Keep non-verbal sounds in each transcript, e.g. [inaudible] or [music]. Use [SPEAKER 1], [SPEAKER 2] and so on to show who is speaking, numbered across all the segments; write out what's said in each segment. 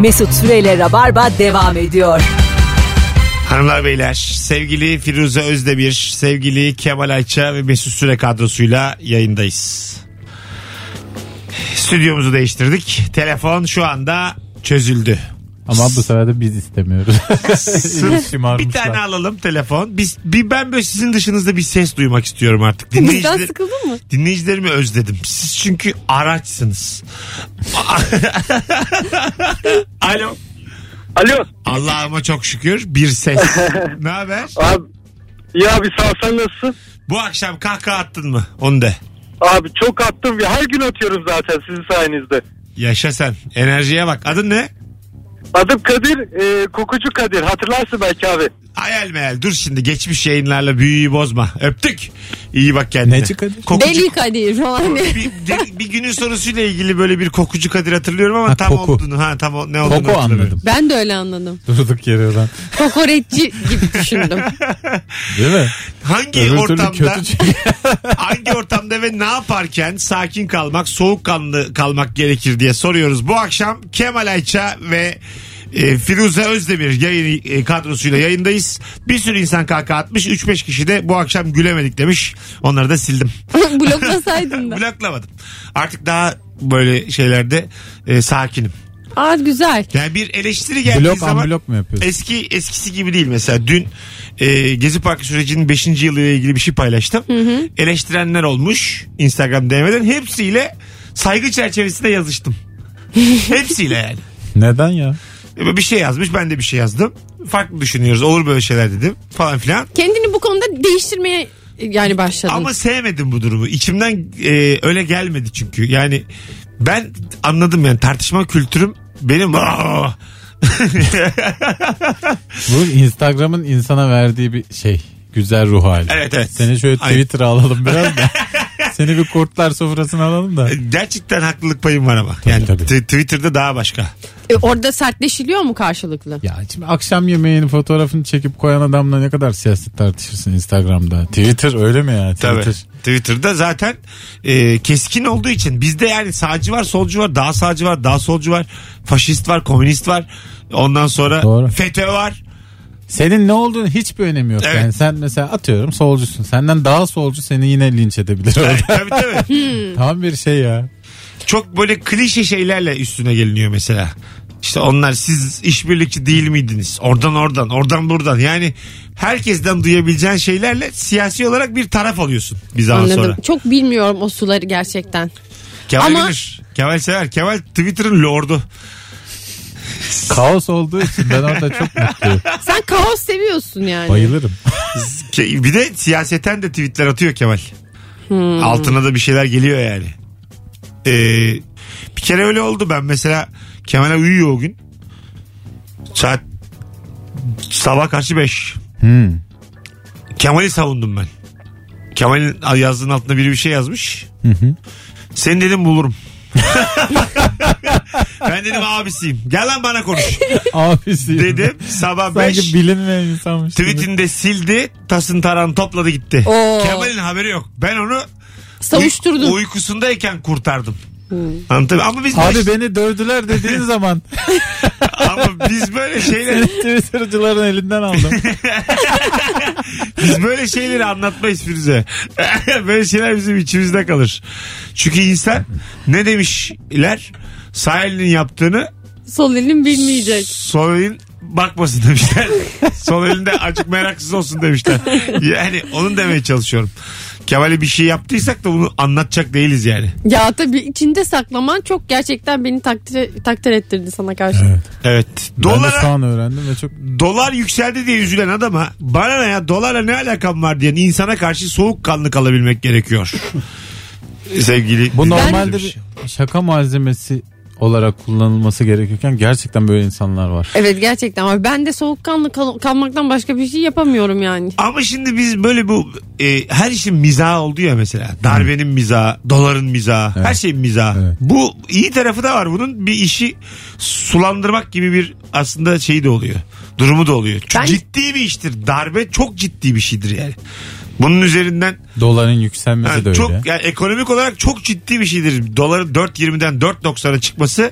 [SPEAKER 1] Mesut Süreyle Rabarba devam ediyor.
[SPEAKER 2] Hanımlar beyler sevgili Firuze Özdemir, sevgili Kemal Ayça ve Mesut Süre kadrosuyla yayındayız. Stüdyomuzu değiştirdik. Telefon şu anda çözüldü.
[SPEAKER 3] Ama bu sefer de biz istemiyoruz.
[SPEAKER 2] Sırf [laughs] bir
[SPEAKER 3] Şımarmışlar.
[SPEAKER 2] tane alalım telefon. Biz bir ben böyle sizin dışınızda bir ses duymak istiyorum artık.
[SPEAKER 4] Bizden
[SPEAKER 2] Dinleyiciler,
[SPEAKER 4] sıkıldın mı?
[SPEAKER 2] dinleyicilerimi özledim. Siz çünkü araçsınız. Alo.
[SPEAKER 5] Alo.
[SPEAKER 2] Allah'ıma çok şükür bir ses. ne haber?
[SPEAKER 5] Abi, ya abi sağ ol, sen nasılsın?
[SPEAKER 2] Bu akşam kahkaha attın mı? Onu de.
[SPEAKER 5] Abi çok attım. Her gün atıyorum zaten sizin sayenizde.
[SPEAKER 2] Yaşa sen. Enerjiye bak. Adın ne?
[SPEAKER 5] Adım Kadir, e, kokucu Kadir. Hatırlarsın belki abi.
[SPEAKER 2] Hayal meyal. Dur şimdi geçmiş yayınlarla büyüyü bozma. Öptük. İyi bak kendine.
[SPEAKER 3] Neci Kadir?
[SPEAKER 2] Kokucu-
[SPEAKER 4] Deli Kadir hani. falan. diye.
[SPEAKER 2] bir, de- bir günün sorusuyla ilgili böyle bir kokucu Kadir hatırlıyorum ama
[SPEAKER 3] Ha,
[SPEAKER 2] tam
[SPEAKER 3] koku.
[SPEAKER 2] olduğunu ha tam o- ne olduğunu
[SPEAKER 3] Koku
[SPEAKER 2] hatırlamıyorum.
[SPEAKER 3] anladım.
[SPEAKER 4] [laughs] Ben de öyle anladım.
[SPEAKER 3] Durduk yere lan.
[SPEAKER 4] Kokoreççi gibi [laughs] düşündüm.
[SPEAKER 3] Değil mi?
[SPEAKER 2] Hangi
[SPEAKER 3] Öbür türlü
[SPEAKER 2] ortamda
[SPEAKER 3] kötü çünkü.
[SPEAKER 2] hangi ortamda ve ne yaparken sakin kalmak, soğukkanlı kalmak gerekir diye soruyoruz. Bu akşam Kemal Ayça ve e, Firuze Özdemir yayın e, kadrosuyla yayındayız. Bir sürü insan kaka atmış. 3-5 kişi de bu akşam gülemedik demiş. Onları da sildim.
[SPEAKER 4] Bloklasaydın da.
[SPEAKER 2] Bloklamadım. Artık daha böyle şeylerde e, sakinim.
[SPEAKER 4] Aa güzel.
[SPEAKER 2] Yani bir eleştiri [laughs] geldiği
[SPEAKER 3] blok
[SPEAKER 2] zaman E-
[SPEAKER 3] unblock mu yapıyorsun?
[SPEAKER 2] eski eskisi gibi değil mesela. Dün e, Gezi Parkı sürecinin 5. yılıyla ilgili bir şey paylaştım. Eleştirenler olmuş Instagram DM'den. Hepsiyle saygı çerçevesinde [laughs] yazıştım. Hepsiyle yani.
[SPEAKER 3] Neden ya?
[SPEAKER 2] Bir şey yazmış ben de bir şey yazdım. Farklı düşünüyoruz olur böyle şeyler dedim falan filan.
[SPEAKER 4] Kendini bu konuda değiştirmeye yani başladın.
[SPEAKER 2] Ama sevmedim bu durumu. İçimden e, öyle gelmedi çünkü. Yani ben anladım yani tartışma kültürüm benim Aa!
[SPEAKER 3] Bu Instagram'ın insana verdiği bir şey. Güzel ruh hali.
[SPEAKER 2] Evet, evet.
[SPEAKER 3] Seni şöyle
[SPEAKER 2] Aynen.
[SPEAKER 3] Twitter'a alalım
[SPEAKER 2] [laughs]
[SPEAKER 3] biraz da. Seni bir kurtlar sofrasına alalım da.
[SPEAKER 2] gerçekten haklılık payım var ama. Yani
[SPEAKER 3] tabii.
[SPEAKER 2] t- Twitter'da daha başka.
[SPEAKER 4] E, orada sertleşiliyor mu karşılıklı?
[SPEAKER 3] Ya şimdi akşam yemeğinin fotoğrafını çekip koyan adamla ne kadar siyaset tartışırsın Instagram'da. Twitter öyle mi ya? Twitter.
[SPEAKER 2] Tabii. Twitter'da zaten e, keskin olduğu için bizde yani sağcı var, solcu var, daha sağcı var, daha solcu var, faşist var, komünist var. Ondan sonra
[SPEAKER 3] Doğru.
[SPEAKER 2] FETÖ var.
[SPEAKER 3] Senin ne olduğunu hiçbir önemi yok.
[SPEAKER 2] Evet.
[SPEAKER 3] Yani sen mesela atıyorum solcusun. Senden daha solcu seni yine linç edebilir orada.
[SPEAKER 2] tabii
[SPEAKER 3] [laughs]
[SPEAKER 2] tabii.
[SPEAKER 3] Tam bir şey ya.
[SPEAKER 2] Çok böyle klişe şeylerle üstüne geliniyor mesela. İşte onlar siz işbirlikçi değil miydiniz? Oradan oradan, oradan buradan. Yani herkesten duyabileceğin şeylerle siyasi olarak bir taraf alıyorsun bir zaman
[SPEAKER 4] Anladım.
[SPEAKER 2] sonra.
[SPEAKER 4] Çok bilmiyorum o suları gerçekten.
[SPEAKER 2] Kemal
[SPEAKER 4] Ama-
[SPEAKER 2] bilir. Kemal sever. Kemal Twitter'ın lordu.
[SPEAKER 3] Kaos olduğu için ben orada çok mutluyum.
[SPEAKER 4] Sen kaos seviyorsun yani.
[SPEAKER 3] Bayılırım.
[SPEAKER 2] Ke- Şey, Bir de siyaseten de tweetler atıyor Kemal. Altına da bir şeyler geliyor yani. Ee, bir kere öyle oldu ben mesela Kemal'e uyuyor o gün. Saat sabah karşı 5.
[SPEAKER 3] Hmm.
[SPEAKER 2] Kemal'i savundum ben. Kemal'in yazdığının altına biri bir şey yazmış. Seni dedim bulurum. [laughs] ben dedim abisiyim. Gel lan bana konuş.
[SPEAKER 3] Abisi.
[SPEAKER 2] Dedim sabah 5.
[SPEAKER 3] Sanki bilinmeyen insanmış. gibi.
[SPEAKER 2] Tweetini de sildi. Tasın taran topladı gitti.
[SPEAKER 4] Oo.
[SPEAKER 2] Kemal'in haberi yok. Ben onu
[SPEAKER 4] Savuşturdun.
[SPEAKER 2] uy- uykusundayken kurtardım. Anladın mı? Ama biz
[SPEAKER 3] Abi
[SPEAKER 2] böyle,
[SPEAKER 3] beni dövdüler dediğin zaman [laughs]
[SPEAKER 2] ama biz böyle şeyleri
[SPEAKER 3] seni Twitter'cıların elinden aldım.
[SPEAKER 2] biz böyle şeyleri anlatmayız Firuze. [laughs] böyle şeyler bizim içimizde kalır. Çünkü insan ne demişler? Sahilin yaptığını
[SPEAKER 4] Sol elin bilmeyecek.
[SPEAKER 2] sol elin bakmasın demişler. sol elinde acık meraksız olsun demişler. Yani onun demeye çalışıyorum. Kemal'e bir şey yaptıysak da bunu anlatacak değiliz yani.
[SPEAKER 4] Ya tabii içinde saklaman çok gerçekten beni takdir, takdir ettirdi sana karşı.
[SPEAKER 2] Evet.
[SPEAKER 3] Ben de şu
[SPEAKER 2] Dolara,
[SPEAKER 3] an öğrendim ve çok
[SPEAKER 2] dolar yükseldi diye üzülen adama bana ne ya dolarla ne alakam var diyen insana karşı soğukkanlı kalabilmek
[SPEAKER 3] [laughs]
[SPEAKER 2] gerekiyor. Sevgili.
[SPEAKER 3] Bu
[SPEAKER 2] Ben-
[SPEAKER 3] normalde
[SPEAKER 2] şey
[SPEAKER 3] bir şaka malzemesi olarak kullanılması gerekirken gerçekten böyle insanlar var.
[SPEAKER 4] Evet gerçekten ama ben de soğukkanlı kal- kalmaktan başka bir şey yapamıyorum yani.
[SPEAKER 2] Ama şimdi biz böyle bu e, her işin mizahı oldu ya mesela. Darbenin mizahı, doların mizahı, her şeyin mizahı.
[SPEAKER 3] Evet.
[SPEAKER 2] Bu iyi tarafı da var bunun. Bir işi sulandırmak gibi bir aslında şey de oluyor. Durumu da oluyor. Çünkü
[SPEAKER 4] Ben-
[SPEAKER 2] ciddi bir iştir. Darbe çok ciddi bir şeydir yani. Bunun üzerinden
[SPEAKER 3] Doların yükselmesi
[SPEAKER 2] Yani
[SPEAKER 3] de öyle.
[SPEAKER 2] çok yani ekonomik olarak çok ciddi bir şeydir. Doların 4.20'den 4.90'a çıkması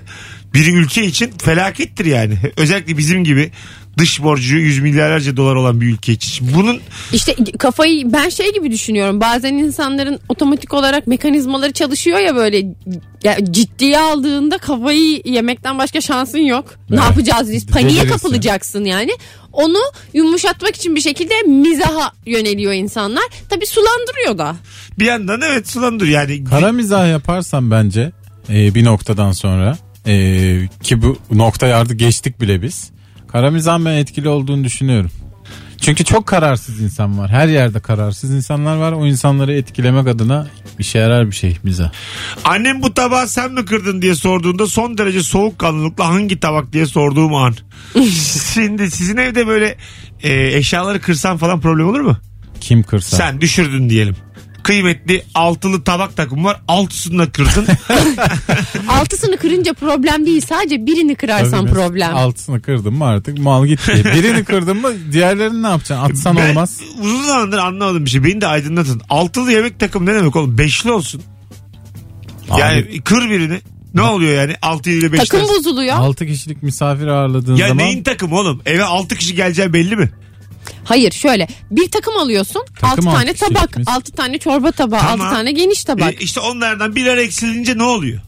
[SPEAKER 2] biri ülke için felakettir yani. [laughs] Özellikle bizim gibi dış borcu yüz milyarlarca dolar olan bir ülke için. Bunun
[SPEAKER 4] İşte kafayı ben şey gibi düşünüyorum. Bazen insanların otomatik olarak mekanizmaları çalışıyor ya böyle ya ciddiye aldığında kafayı yemekten başka şansın yok. Ne
[SPEAKER 3] Evet.
[SPEAKER 4] yapacağız biz? Paniğe
[SPEAKER 3] Deliririz
[SPEAKER 4] kapılacaksın yani. Onu yumuşatmak için bir şekilde mizaha yöneliyor insanlar. Tabi sulandırıyor da.
[SPEAKER 2] bir yandan evet sulandır yani.
[SPEAKER 3] Kara mizah yaparsan bence e, bir noktadan sonra e, ki bu noktaya artık geçtik bile biz. Kara mizahın ben etkili olduğunu düşünüyorum. Çünkü çok kararsız insan var. Her yerde kararsız insanlar var. O insanları etkilemek adına işe yarar bir şey mizah.
[SPEAKER 2] Annem bu tabağı sen mi kırdın diye sorduğunda son derece soğukkanlılıkla hangi tabak diye sorduğum
[SPEAKER 3] [laughs]
[SPEAKER 2] an. Şimdi sizin evde böyle e, eşyaları kırsan falan problem olur mu?
[SPEAKER 3] Kim kırsa.
[SPEAKER 2] Sen düşürdün diyelim. Kıymetli altılı tabak takımı var. Altısını da
[SPEAKER 3] [laughs]
[SPEAKER 2] kırdın.
[SPEAKER 4] Altısını kırınca problem değil sadece birini kırarsan
[SPEAKER 3] Tabii biz
[SPEAKER 4] problem.
[SPEAKER 3] Altısını kırdın mı artık mal gitti. Birini kırdın mı diğerlerini ne yapacaksın? Atsan
[SPEAKER 2] Ben
[SPEAKER 3] olmaz.
[SPEAKER 2] uzun zamandır anlamadım bir şey. Beni de aydınlatın. Altılı yemek takımı ne demek oğlum? Beşli olsun. Yani kır birini. Ne oluyor yani? Altı ile beş
[SPEAKER 4] Takım
[SPEAKER 2] arası.
[SPEAKER 4] bozuluyor.
[SPEAKER 3] 6 kişilik misafir ağırladığın
[SPEAKER 2] Ya
[SPEAKER 3] zaman
[SPEAKER 2] neyin takımı oğlum? Eve altı kişi geleceği belli mi?
[SPEAKER 4] Hayır şöyle bir takım alıyorsun.
[SPEAKER 3] Takım
[SPEAKER 4] altı
[SPEAKER 3] altı
[SPEAKER 4] tane
[SPEAKER 3] kişilik
[SPEAKER 4] tabak,
[SPEAKER 3] mis.
[SPEAKER 4] altı tane çorba tabağı,
[SPEAKER 2] Tamam.
[SPEAKER 4] altı tane geniş tabak.
[SPEAKER 2] E, işte onlardan birer eksilince ne oluyor?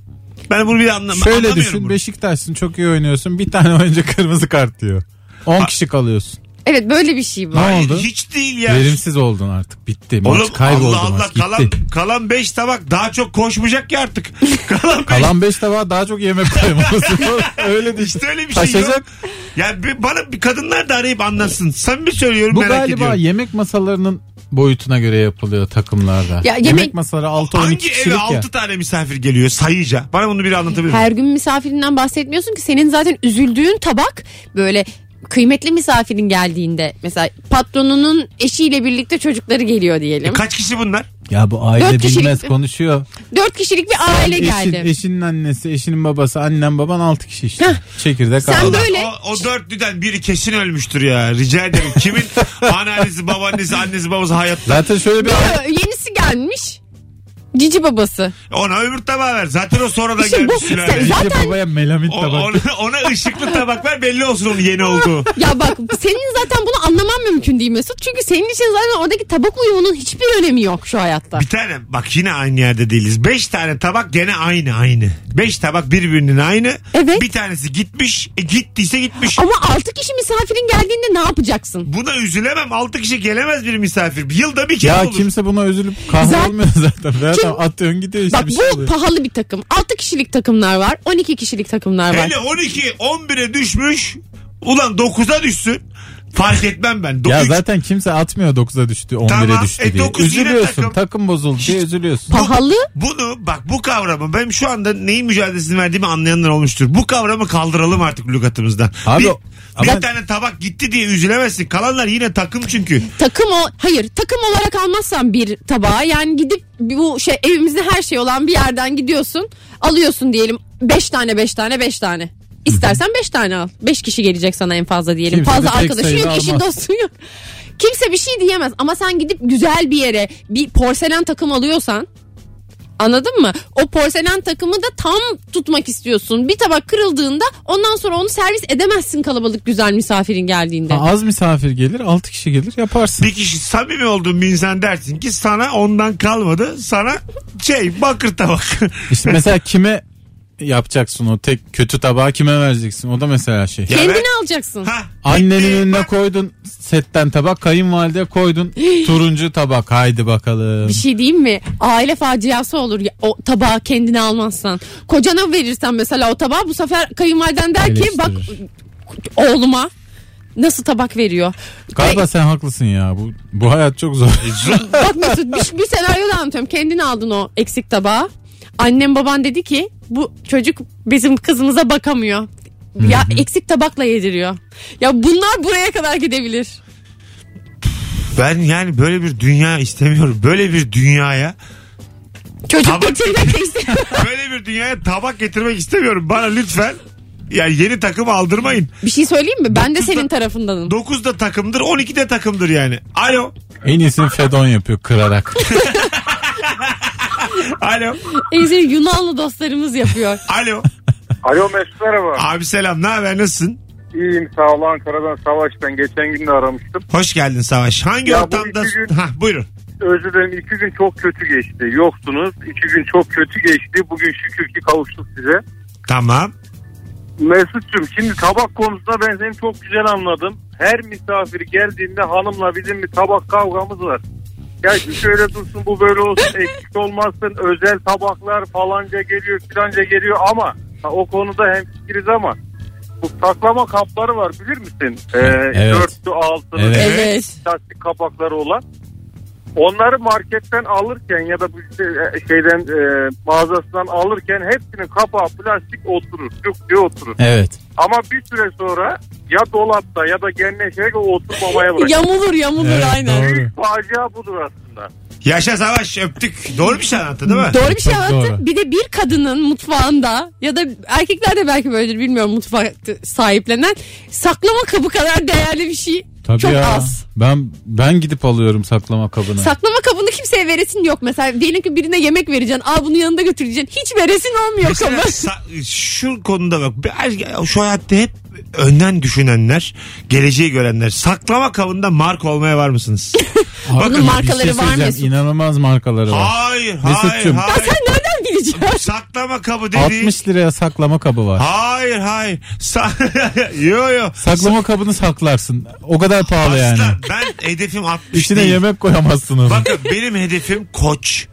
[SPEAKER 2] Ben bunu bir anlam
[SPEAKER 3] Şöyle
[SPEAKER 2] anlamıyorum.
[SPEAKER 3] düşün
[SPEAKER 2] bunu.
[SPEAKER 3] Beşiktaş'sın çok iyi oynuyorsun bir tane oyuncu kırmızı kart diyor. 10 kişi kalıyorsun.
[SPEAKER 4] Evet böyle bir şey bu.
[SPEAKER 3] Ne
[SPEAKER 2] Hayır,
[SPEAKER 3] oldu?
[SPEAKER 2] Hiç değil ya.
[SPEAKER 3] Verimsiz oldun artık bitti. Maç
[SPEAKER 2] Oğlum
[SPEAKER 3] kayboldu
[SPEAKER 2] Allah
[SPEAKER 3] maç
[SPEAKER 2] Allah
[SPEAKER 3] gitti.
[SPEAKER 2] kalan, kalan beş tabak daha çok koşmayacak ki
[SPEAKER 3] [laughs]
[SPEAKER 2] artık. kalan beş
[SPEAKER 3] Kalan 5 tabağa daha çok yemek [laughs] koymalısın. Öyle düşün.
[SPEAKER 2] işte öyle bir şey yok.
[SPEAKER 3] Taşacak.
[SPEAKER 2] Ya bir- bana bir kadınlar da arayıp anlatsın. Samimi söylüyorum
[SPEAKER 3] Bu
[SPEAKER 2] merak
[SPEAKER 3] galiba
[SPEAKER 2] ediyorum.
[SPEAKER 3] yemek masalarının boyutuna göre yapılıyor takımlarda. yemek...
[SPEAKER 4] yemek
[SPEAKER 3] masaları 6-12
[SPEAKER 2] Hangi eve
[SPEAKER 3] kişilik ya.
[SPEAKER 2] 6 tane misafir geliyor sayıca? Bana bunu biri anlatabilir misin?
[SPEAKER 4] Her gün misafirinden bahsetmiyorsun ki senin zaten üzüldüğün tabak böyle kıymetli misafirin geldiğinde mesela patronunun eşiyle birlikte çocukları geliyor
[SPEAKER 3] E,
[SPEAKER 4] diyelim.
[SPEAKER 2] Kaç kişi bunlar?
[SPEAKER 3] Ya bu aile
[SPEAKER 4] Dört kişilik-
[SPEAKER 3] bilmez konuşuyor.
[SPEAKER 4] Dört kişilik bir aile
[SPEAKER 3] Eşin,
[SPEAKER 4] geldi.
[SPEAKER 3] eşinin annesi, eşinin babası, annen, baban 6 kişi işte. Çekirdek
[SPEAKER 4] Sen
[SPEAKER 3] aile.
[SPEAKER 4] böyle- Öyle.
[SPEAKER 2] O, o dörtlüden biri kesin ölmüştür ya. Rica ederim.
[SPEAKER 4] [laughs]
[SPEAKER 2] Kimin anneannesi, babaannesi, annesi, babası hayatta?
[SPEAKER 3] Zaten şöyle bir
[SPEAKER 4] Ö, Yenisi gelmiş. Cici babası.
[SPEAKER 2] Ona öbür tabağı ver. Zaten o sonradan
[SPEAKER 4] İşte bu-
[SPEAKER 2] gelmiş sülale.
[SPEAKER 4] sen-
[SPEAKER 3] Zaten...
[SPEAKER 4] Zaten-
[SPEAKER 3] babaya melamit
[SPEAKER 2] O-
[SPEAKER 3] tabak.
[SPEAKER 2] ona, ona ışıklı tabak ver belli olsun onun yeni olduğu.
[SPEAKER 4] Ya bak [laughs] senin zaten bunu anlaman mümkün değil Mesut. Çünkü senin için zaten oradaki tabak uyumunun hiçbir önemi yok şu hayatta.
[SPEAKER 2] Bir tane bak yine aynı yerde değiliz. Beş tane tabak gene aynı aynı. Beş tabak birbirinin aynı.
[SPEAKER 4] Evet.
[SPEAKER 2] Bir tanesi gitmiş. E, gittiyse gitmiş.
[SPEAKER 4] Ama altı kişi misafirin geldiğinde ne yapacaksın?
[SPEAKER 2] Buna üzülemem. Altı kişi gelemez bir misafir. Yılda bir kere
[SPEAKER 3] Ya
[SPEAKER 2] olur.
[SPEAKER 3] kimse buna üzülüp kahrolmuyor [laughs] zaten. Zaten
[SPEAKER 4] Kim-
[SPEAKER 3] atıyorsun gidiyor işte
[SPEAKER 4] Bak
[SPEAKER 3] bir şey
[SPEAKER 4] bu
[SPEAKER 3] oluyor.
[SPEAKER 4] pahalı bir takım. 6 kişilik takımlar var. 12 kişilik takımlar var.
[SPEAKER 2] Hele 12 11'e düşmüş. Ulan 9'a düşsün. Fark etmem ben.
[SPEAKER 3] Ya
[SPEAKER 2] Dokuz-
[SPEAKER 3] zaten kimse atmıyor 9'a düştü 11'e
[SPEAKER 2] Tamam,
[SPEAKER 3] düştü
[SPEAKER 2] e,
[SPEAKER 3] diye.
[SPEAKER 2] dokuz yine
[SPEAKER 3] Üzülüyorsun
[SPEAKER 2] takım.
[SPEAKER 3] takım. bozuldu diye üzülüyorsun.
[SPEAKER 4] Pahalı
[SPEAKER 2] Bunu bak bu kavramı benim şu anda neyin mücadelesini verdiğimi anlayanlar olmuştur. Bu kavramı kaldıralım artık lügatımızdan.
[SPEAKER 3] Abi,
[SPEAKER 2] bir, bir
[SPEAKER 3] ama-
[SPEAKER 2] tane tabak gitti diye üzülemezsin. Kalanlar yine takım çünkü.
[SPEAKER 4] takım o hayır takım olarak almazsan bir tabağa yani gidip bu şey evimizde her şey olan bir yerden gidiyorsun alıyorsun diyelim 5 tane 5 tane 5 tane. İstersen 5 tane al. 5 kişi gelecek sana en fazla diyelim.
[SPEAKER 3] Kimse de
[SPEAKER 4] fazla
[SPEAKER 3] tek
[SPEAKER 4] arkadaşın
[SPEAKER 3] sayıda
[SPEAKER 4] yok, işin
[SPEAKER 3] almaz.
[SPEAKER 4] dostun yok. Kimse bir şey diyemez ama sen gidip güzel bir yere bir porselen takım alıyorsan Anladın mı? O porselen takımı da tam tutmak istiyorsun. Bir tabak kırıldığında ondan sonra onu servis edemezsin kalabalık güzel misafirin geldiğinde.
[SPEAKER 3] Ha, az misafir gelir 6 kişi gelir yaparsın.
[SPEAKER 2] Bir kişi samimi olduğun bir insan dersin ki sana ondan kalmadı. Sana şey bakır tabak. [laughs]
[SPEAKER 3] İşte mesela kime yapacaksın o tek kötü tabağı kime vereceksin? O da mesela şey.
[SPEAKER 2] Ya
[SPEAKER 4] Kendini
[SPEAKER 2] ben-
[SPEAKER 4] alacaksın.
[SPEAKER 2] Ha,
[SPEAKER 3] Annenin
[SPEAKER 2] bitti.
[SPEAKER 3] önüne
[SPEAKER 2] Bak,
[SPEAKER 3] koydun setten tabak
[SPEAKER 2] [gasps]
[SPEAKER 3] kayınvalide koydun turuncu tabak haydi bakalım.
[SPEAKER 4] Bir şey diyeyim mi? Aile faciası olur ya, o tabağı kendine almazsan. Kocana verirsen mesela o tabağı bu sefer kayınvaliden der ki bak
[SPEAKER 3] Eleştirir.
[SPEAKER 4] oğluma nasıl tabak veriyor.
[SPEAKER 3] Galiba sen haklısın ya bu, bu hayat çok zor.
[SPEAKER 2] E,
[SPEAKER 4] Bak Mesut bir, bir senaryo da anlatıyorum. Kendin aldın o eksik tabağı. Annem baban dedi ki bu çocuk bizim kızımıza bakamıyor. Ya eksik tabakla yediriyor. Ya bunlar buraya kadar gidebilir.
[SPEAKER 2] Ben yani böyle bir dünya istemiyorum. Böyle bir dünyaya
[SPEAKER 4] Çocuk
[SPEAKER 2] Tabak-
[SPEAKER 4] getirmek istemiyor.
[SPEAKER 2] böyle bir dünyaya tabak getirmek istemiyorum. Bana lütfen yani yeni takım aldırmayın.
[SPEAKER 4] bir şey söyleyeyim mi? Ben de
[SPEAKER 2] Dokuzda-
[SPEAKER 4] senin tarafındanım.
[SPEAKER 2] 9 da takımdır 12 de takımdır yani. Alo.
[SPEAKER 3] [laughs] en iyisini Fedon yapıyor kırarak.
[SPEAKER 2] [laughs] Alo.
[SPEAKER 4] En sevdiğim Yunanlı dostlarımız yapıyor.
[SPEAKER 2] Alo.
[SPEAKER 5] Alo Mesut merhaba.
[SPEAKER 2] Abi selam ne haber nasılsın?
[SPEAKER 5] İyiyim sağ ol Ankara'dan Savaş'tan. Geçen gün de aramıştım.
[SPEAKER 2] Hoş geldin Savaş. Hangi
[SPEAKER 5] Ya bu
[SPEAKER 2] ortamda?
[SPEAKER 5] iki gün-
[SPEAKER 2] Hah, buyurun.
[SPEAKER 5] Özür dilerim iki gün çok kötü geçti. Yoktunuz. İki gün çok kötü geçti. Bugün şükür ki kavuştuk size.
[SPEAKER 2] Tamam.
[SPEAKER 5] Mesut'cum şimdi tabak konusunda ben seni çok güzel anladım. Her misafir geldiğinde hanımla bizim bir tabak kavgamız var. Ya şu şöyle dursun bu böyle olsun eksik olmazsın özel tabaklar falanca geliyor filanca geliyor ama ha, o konuda hemfikiriz ama bu saklama kapları var bilir misin? Ee,
[SPEAKER 3] Evet.
[SPEAKER 5] 4'lü 6'lı
[SPEAKER 3] Evet.
[SPEAKER 4] Evet.
[SPEAKER 5] plastik kapakları olan. Onları marketten alırken ya da bu işte, e, şeyden e, mağazasından alırken hepsinin kapağı plastik oturur. Lük diye oturur.
[SPEAKER 3] Evet.
[SPEAKER 5] Ama bir süre sonra ya dolapta ya da kendine şey o oturmamaya bırakır.
[SPEAKER 4] Yamulur yamulur
[SPEAKER 3] Evet,
[SPEAKER 4] aynen.
[SPEAKER 3] doğru.
[SPEAKER 5] Facia budur aslında.
[SPEAKER 2] Yaşa Savaş öptük. Doğru bir şey anlattı değil mi?
[SPEAKER 4] Doğru bir şey
[SPEAKER 3] Çok
[SPEAKER 4] anlattın.
[SPEAKER 3] doğru.
[SPEAKER 4] Bir de bir kadının mutfağında ya da erkekler de belki böyledir bilmiyorum mutfak sahiplenen saklama kabı kadar değerli bir şey
[SPEAKER 3] Tabii
[SPEAKER 4] çok
[SPEAKER 3] ya.
[SPEAKER 4] az.
[SPEAKER 3] Ben ben gidip alıyorum saklama kabını.
[SPEAKER 4] Saklama kabını kimseye veresin yok mesela. Diyelim ki birine yemek vereceksin. Al bunu yanında götüreceksin. Hiç veresin olmuyor
[SPEAKER 2] Mesela [laughs]
[SPEAKER 4] kabı.
[SPEAKER 2] sa- şu konuda bak bir- şu hayatta hep önden düşünenler, geleceği görenler. Saklama kabında marka olmaya var mısınız?
[SPEAKER 3] Abi,
[SPEAKER 2] Bakın,
[SPEAKER 3] bir şey
[SPEAKER 4] markaları var
[SPEAKER 3] söyleyeceğim.
[SPEAKER 4] Mesut.
[SPEAKER 3] İnanılmaz markaları var.
[SPEAKER 2] hayır, hayır,
[SPEAKER 3] Mesut'cum.
[SPEAKER 4] Ya
[SPEAKER 2] hayır.
[SPEAKER 4] sen nereden bileceksin?
[SPEAKER 2] Saklama kabı dediğin.
[SPEAKER 3] 60 liraya saklama kabı var.
[SPEAKER 2] Hayır, hayır. Sa- [laughs] yo yo.
[SPEAKER 3] Saklama kabını saklarsın. O kadar pahalı yani.
[SPEAKER 2] Aslan, ben hedefim 60
[SPEAKER 3] İçine
[SPEAKER 2] değil.
[SPEAKER 3] yemek koyamazsın onu.
[SPEAKER 2] Bakın benim hedefim koç.